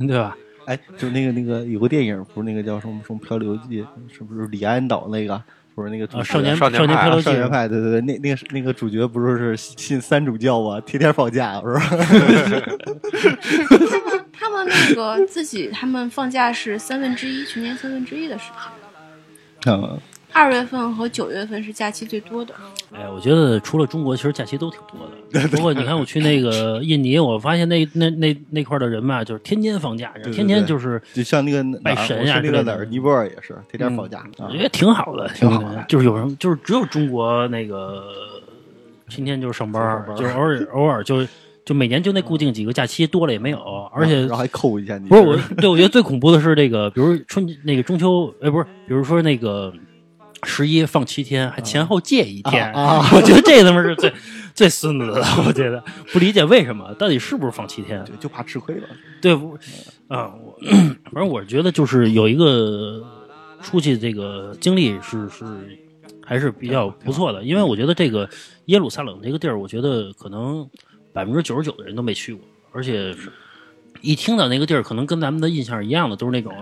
Speaker 2: 对吧？
Speaker 3: 哎，就是那个那个有个电影，不是那个叫什么什么《漂流记》，是不是李安导那个？不是那个主
Speaker 2: 啊，
Speaker 3: 角
Speaker 2: 少年
Speaker 4: 少年
Speaker 2: 年
Speaker 4: 派
Speaker 2: 漂
Speaker 4: 啊
Speaker 2: 流
Speaker 3: 啊
Speaker 2: 记
Speaker 3: 少年派，对对对，那那个是那个主角不是是信三主教吗？天天放 假，不是？
Speaker 5: 他们他们那个自己他们放假是三分之一，全年三分之一的时间。
Speaker 3: 嗯，
Speaker 5: 二月份和九月份是假期最多的，
Speaker 2: 哎，我觉得除了中国，其实假期都挺 多的。不过你看，我去那个印尼，我发现那那那那块的人嘛，就是天天放假，
Speaker 3: 对
Speaker 2: 天天就是嗯
Speaker 3: 就像那个哪儿
Speaker 2: 拜神呀
Speaker 3: 我去
Speaker 2: 之类
Speaker 3: 那个
Speaker 2: 的
Speaker 3: 哪儿尼泊尔也是天天放假啊
Speaker 2: 我觉得挺好的，挺
Speaker 3: 挺好的
Speaker 2: 就是有什么，就是只有中国那个天天就上班
Speaker 3: 就
Speaker 2: 儿，
Speaker 3: 上班
Speaker 2: 就偶尔偶尔就就每年就那固定几个假期，多了也没有，而且
Speaker 3: 啊然后还扣一下你，
Speaker 2: 不是我，对我觉得最恐怖的是这个，比如春那个中秋，哎，不是，比如说那个十一放七天，还前后借一天，
Speaker 3: 啊啊
Speaker 2: 我觉得这他妈是最最孙子的，我觉得不理解为什么，到底是不是放七天？
Speaker 3: 对就怕吃亏了。
Speaker 2: 对，不，啊，我反正我觉得就是有一个出去这个经历是是还是比较不错的，因为我觉得这个耶路撒冷这个地儿，我觉得可能百分之九十九的人都没去过，而且一听到那个地儿，可能跟咱们的印象一样的，都是那种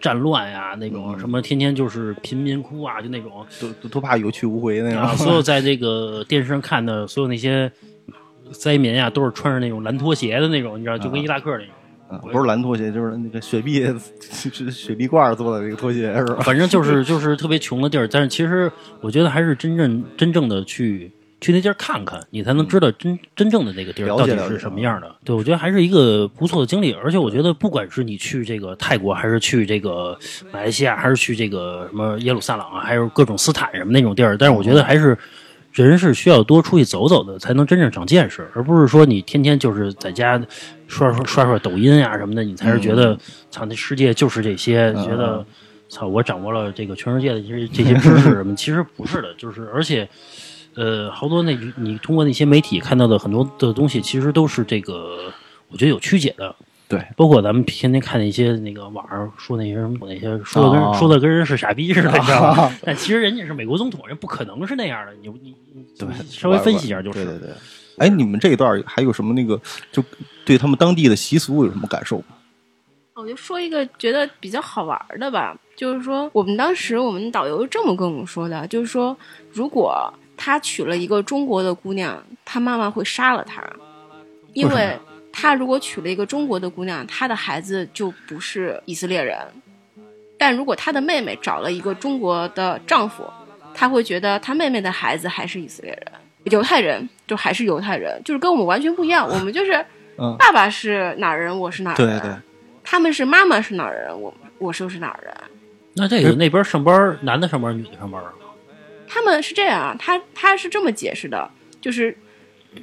Speaker 2: 战乱呀、那种什么天天就是贫民窟啊，就那种
Speaker 3: 都都都怕有去无回那
Speaker 2: 啊，
Speaker 3: 种。
Speaker 2: 所有在这个电视上看的所有那些灾民啊，都是穿着那种蓝拖鞋的那种，你知道，就跟伊拉克那种。
Speaker 3: 啊不是蓝拖鞋，就是那个雪碧， 是雪碧罐儿做的那个拖鞋是吧？
Speaker 2: 反正就是就是特别穷的地儿，但是其实我觉得还是真正真正的去去那地儿看看，你才能知道真真正的那个地儿
Speaker 3: 了
Speaker 2: 到
Speaker 3: 解
Speaker 2: 底
Speaker 3: 了
Speaker 2: 是
Speaker 3: 解
Speaker 2: 什么样的。啊对，我觉得还是一个不错的经历，而且我觉得不管是你去这个泰国，还是去这个马来西亚，还是去这个什么耶路撒冷啊，还有各种斯坦什么那种地儿，但是我觉得还是。人是需要多出去走走的，才能真正长见识，而不是说你天天就是在家刷刷刷刷抖音啊什么的，你才是觉得，操、那世界就是这些，觉得操，我掌握了这个全世界的这些这些知识什么，其实不是的，就是而且，呃，好多那你通过那些媒体看到的很多的东西，其实都是这个，我觉得有曲解的。
Speaker 3: 对，
Speaker 2: 包括咱们天天看那些那个网上说那些什么那些说的跟、
Speaker 3: 哦
Speaker 2: 说的跟人是傻逼似的，你知道吗？但其实人家是美国总统，人不可能是那样的。你你你
Speaker 3: 对
Speaker 2: 你稍微分析一下就是。
Speaker 3: 对对对。哎，你们这一段儿还有什么那个，就对他们当地的习俗有什么感受吗？
Speaker 5: 我就说一个觉得比较好玩儿的吧，就是说我们当时我们导游是这么跟我们说的，就是说如果他娶了一个中国的姑娘，他妈妈会杀了他，因
Speaker 2: 为什
Speaker 5: 为他如果娶了一个中国的姑娘，他的孩子就不是以色列人，但如果他的妹妹找了一个中国的丈夫，他会觉得他妹妹的孩子还是以色列人。犹太人就还是犹太人，就是跟我们完全不一样。我们就是
Speaker 3: 嗯
Speaker 5: 爸爸是哪儿人，我是哪儿
Speaker 3: 对
Speaker 5: 人。
Speaker 3: 对对，
Speaker 5: 他们是妈妈是哪儿人，我我是又是哪儿人。
Speaker 2: 那这个那边上班，男的上班，女的上班啊，
Speaker 5: 他们是这样啊，他他是这么解释的，就是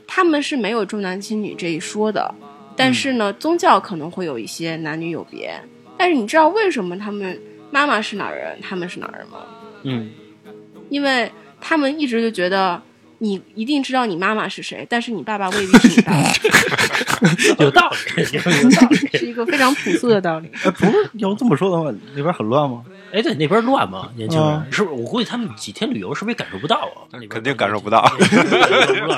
Speaker 5: 他们是没有重男轻女这一说的，但是呢，宗教可能会有一些男女有别。但是你知道为什么他们妈妈是哪儿人，他们是哪儿人吗？
Speaker 2: 嗯，
Speaker 5: 因为他们一直就觉得你一定知道你妈妈是谁，但是你爸爸未必是你爸爸，
Speaker 2: 有道理，有道理。
Speaker 5: 是一个非常朴素的道理。
Speaker 3: 哎，不是要这么说的话，那边很乱吗？
Speaker 2: 哎，对，那边乱吗？年轻人、
Speaker 3: 嗯
Speaker 2: 是不是？我估计他们几天旅游是不是也感受不到啊？那里边
Speaker 4: 肯定感受不到
Speaker 2: 感受不 到对吧？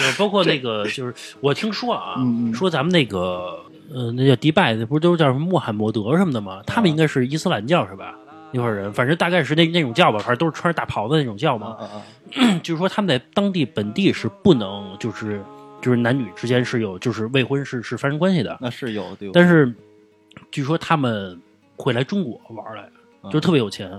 Speaker 2: 呃包括那个，就是我听说啊，
Speaker 3: 嗯嗯
Speaker 2: 说咱们那个，呃，那叫迪拜，那不是都叫什么穆罕默德什么的吗？他
Speaker 3: 嗯
Speaker 2: 们应该是伊斯兰教是吧？那伙人，反正大概是那那种教吧，反正都是穿着大袍子那种教嘛。
Speaker 3: 啊
Speaker 2: 就是说他们在当地本地是不能，就是就是男女之间是有，就是未婚是是发生关系的。
Speaker 3: 那是有对吧？
Speaker 2: 但是据说他们会来中国玩儿来，就特别有钱。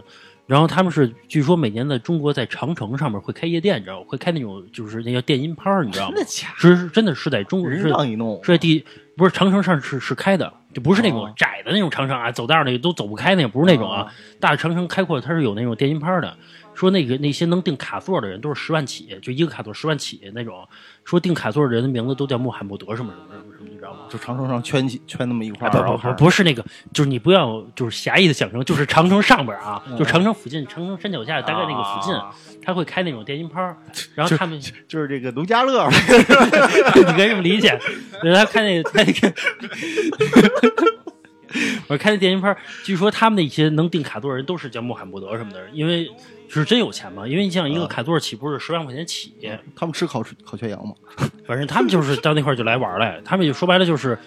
Speaker 2: 然后他们是据说每年在中国在长城上面会开夜店，你知道吗？会开那种就是那叫电音趴儿，你知道吗？
Speaker 3: 假
Speaker 2: 是是真的是在中国
Speaker 3: 人
Speaker 2: 是
Speaker 3: 让你弄，
Speaker 2: 是在第不是长城上是是开的，就不是那种
Speaker 3: 哦
Speaker 2: 窄的那种长城啊，走道儿那个都走不开那个，不是那种啊。大长城开阔，它是有那种电音拍的。说那个那些能订卡座的人都是十万起，就一个卡座十万起那种。说订卡座的人的名字都叫穆罕默德什么什么什么什么，你知道吗？
Speaker 3: 就长城上圈起圈那么一块
Speaker 2: 啊
Speaker 3: 儿，
Speaker 2: 不
Speaker 3: 然后
Speaker 2: 不不，不是那个，就是你不要就是狭义的想成，就是长城上边儿啊，
Speaker 3: 嗯
Speaker 2: 就长城附近，长城山脚下大概那个附
Speaker 3: 啊
Speaker 2: 近，他会开那种电音拍儿，然后他们
Speaker 3: 就是这个农家乐嘛，
Speaker 2: 你可以这么理解。然后他看那看那个，我看那电影片，据说他们那些能订卡座的人都是叫穆罕默德什么的人，因为是真有钱嘛。因为你像一个
Speaker 3: 嗯
Speaker 2: 卡座起步是十万块钱起，
Speaker 3: 他们吃烤烤全羊吗？
Speaker 2: 反正他们就是到那块儿就来玩儿来，他们就说白了就是，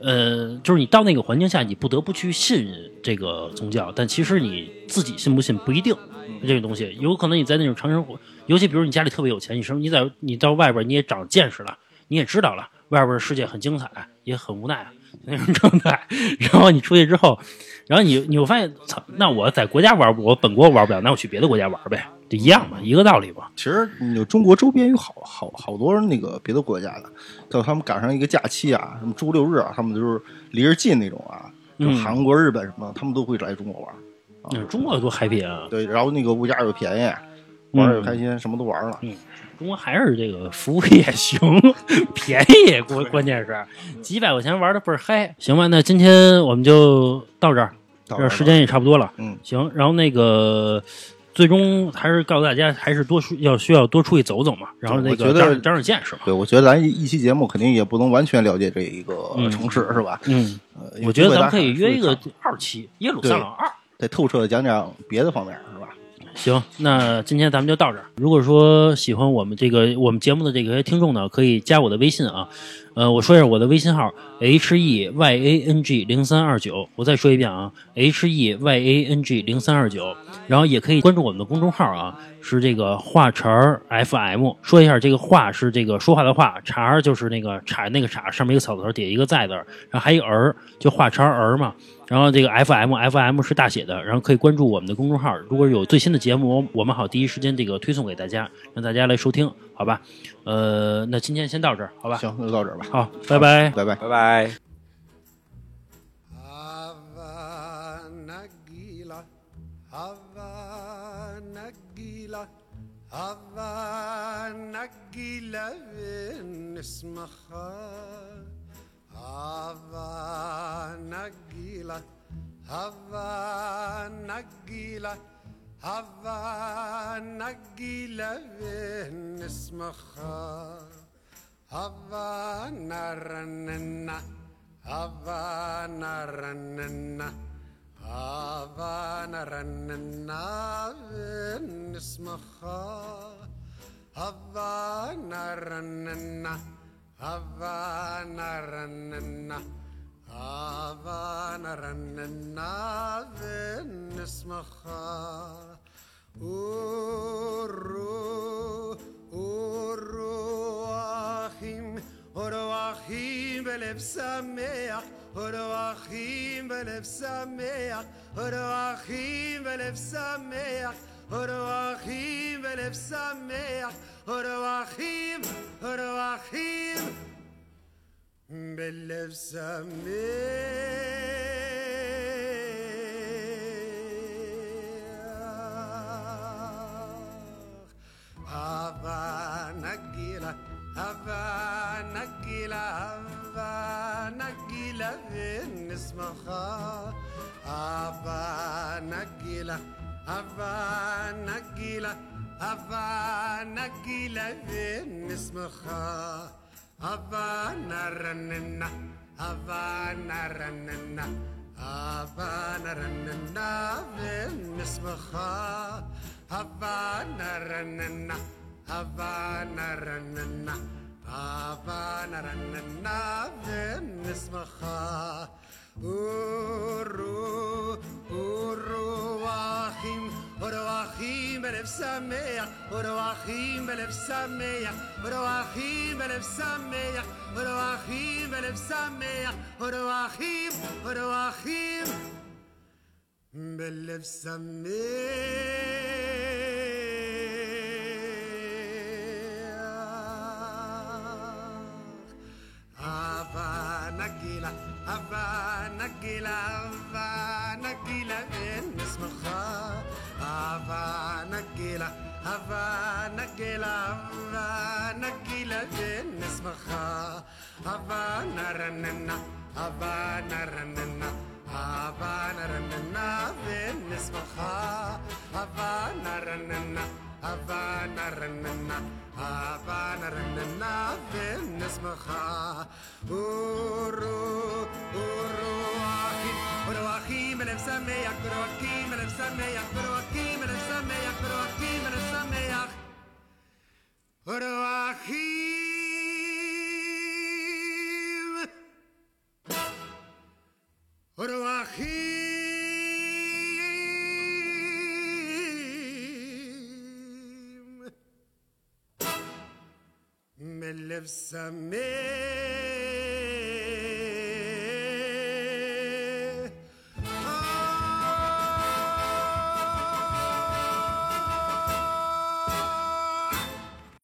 Speaker 2: 呃，就是你到那个环境下，你不得不去信这个宗教，但其实你自己信不信不一定。这个东西有可能你在那种长生活，尤其比如你家里特别有钱，你生你在你到外边你也长见识了，你也知道了外边的世界很精彩，也很无奈啊那种状态。 然后你出去之后，然后你你会发现，操，那我在国家玩不，我本国玩不了，那我去别的国家玩呗，就一样嘛，一个道理嘛。
Speaker 3: 其实有中国周边有好好好多那个别的国家的，到他们赶上一个假期啊，什么周六日啊，他们就是离着近那种啊，就
Speaker 2: 嗯
Speaker 3: 韩国、日本什么的，他们都会来中国玩。
Speaker 2: 嗯，中国有多 happy 啊！
Speaker 3: 对，然后那个物价又便宜，
Speaker 2: 嗯
Speaker 3: 玩的开心，什么都玩了。
Speaker 2: 中国还是这个服务业行， 便宜，关关键是
Speaker 3: 嗯
Speaker 2: 几百块钱玩的倍儿嗨。行吧，那今天我们就到这儿，
Speaker 3: 到
Speaker 2: 这
Speaker 3: 玩
Speaker 2: 儿
Speaker 3: 了
Speaker 2: 时间也差不多了。
Speaker 3: 嗯，
Speaker 2: 行，然后那个。最终还是告诉大家，还是多出要需要多出去走走嘛，然后那
Speaker 3: 我
Speaker 2: 个
Speaker 3: 觉得
Speaker 2: 长长长见识嘛。
Speaker 3: 对，我觉得咱一一期节目肯定也不能完全了解这一个
Speaker 2: 嗯
Speaker 3: 城市，是吧？
Speaker 2: 嗯，
Speaker 3: 呃
Speaker 2: 我觉得咱们可以
Speaker 3: 有机会
Speaker 2: 约一个
Speaker 3: 大家去看
Speaker 2: 二期《耶鲁萨冷二》。
Speaker 3: 得透彻的讲讲别的方面，是吧？
Speaker 2: 行，那今天咱们就到这儿。如果说喜欢我们这个我们节目的这个听众呢，可以加我的微信啊。呃，我说一下我的微信号 h e y a n g 零三二九，我再说一遍啊，h e y a n g 零三二九。然后也可以关注我们的公众号啊，是这个话茬儿 FM。说一下，这个话是这个说话的话，茬儿就是那个茬那个茬，上面一个草字头底下一个在字儿，然后还有一个儿，就话茬儿儿嘛。然后这个 FM FM 是大写的，然后可以关注我们的公众号，如果有最新的节目，我们好第一时间这个推送给大家，让大家来收听，好吧？呃，那今天先到这儿，好吧？
Speaker 3: 行，那就到这儿吧，
Speaker 2: 好，拜拜。
Speaker 3: 拜拜。
Speaker 4: 拜拜。
Speaker 6: Havana Gila, Havana Gila, Havana Gila بنسمعها Havana Gila, Havana Gila, Havana Gila بنسمعها Havana ranana, Havana ranana, Havana ranana, Nismaha, Havana ranana, Havana ranana, Havana ranana, Nismaha. Uru, Uruachim, Uruachim belev sameach, Uruachim belev sameach, Uruachim belev sameach, Uruachim belev sameach, Uruachim, Uruachim belev e. sameach. Havana Gila, Havana Gila, Havana Gila, ונשמחה. Havana Gila, Havana Gila, Havana Gila, ונשמחה. Havana Ranana, Havana Ranana, Havana Ranana, ונשמחה. Havana Ranana, Havana Ranana, Havana Ranana, ונשמחה. Uru, Uruachim, Uruachim belev sameach, Uruachim belev sameach, Uruachim belev sameach, Uruachim belev sameach, Uruachim, Uruachim. בלב שמח. Ah, Havana Gila, Havana Gila, Havana Gila, in Nismacha. Havana Gila, Havana Gila, Havana Gila, in Nismacha. Havana Ranana, Havana Ranana, Havana Ranana, in Nismacha. Havana Ranana. Havana ranana, Havana ranana, Venice macha. Uru, uru achim, uru achim elef sameach, uru achim elef sameach, uru achim elef sameach, uru achim elef sameach, uru achim, uru achim. מלב שמח Oh.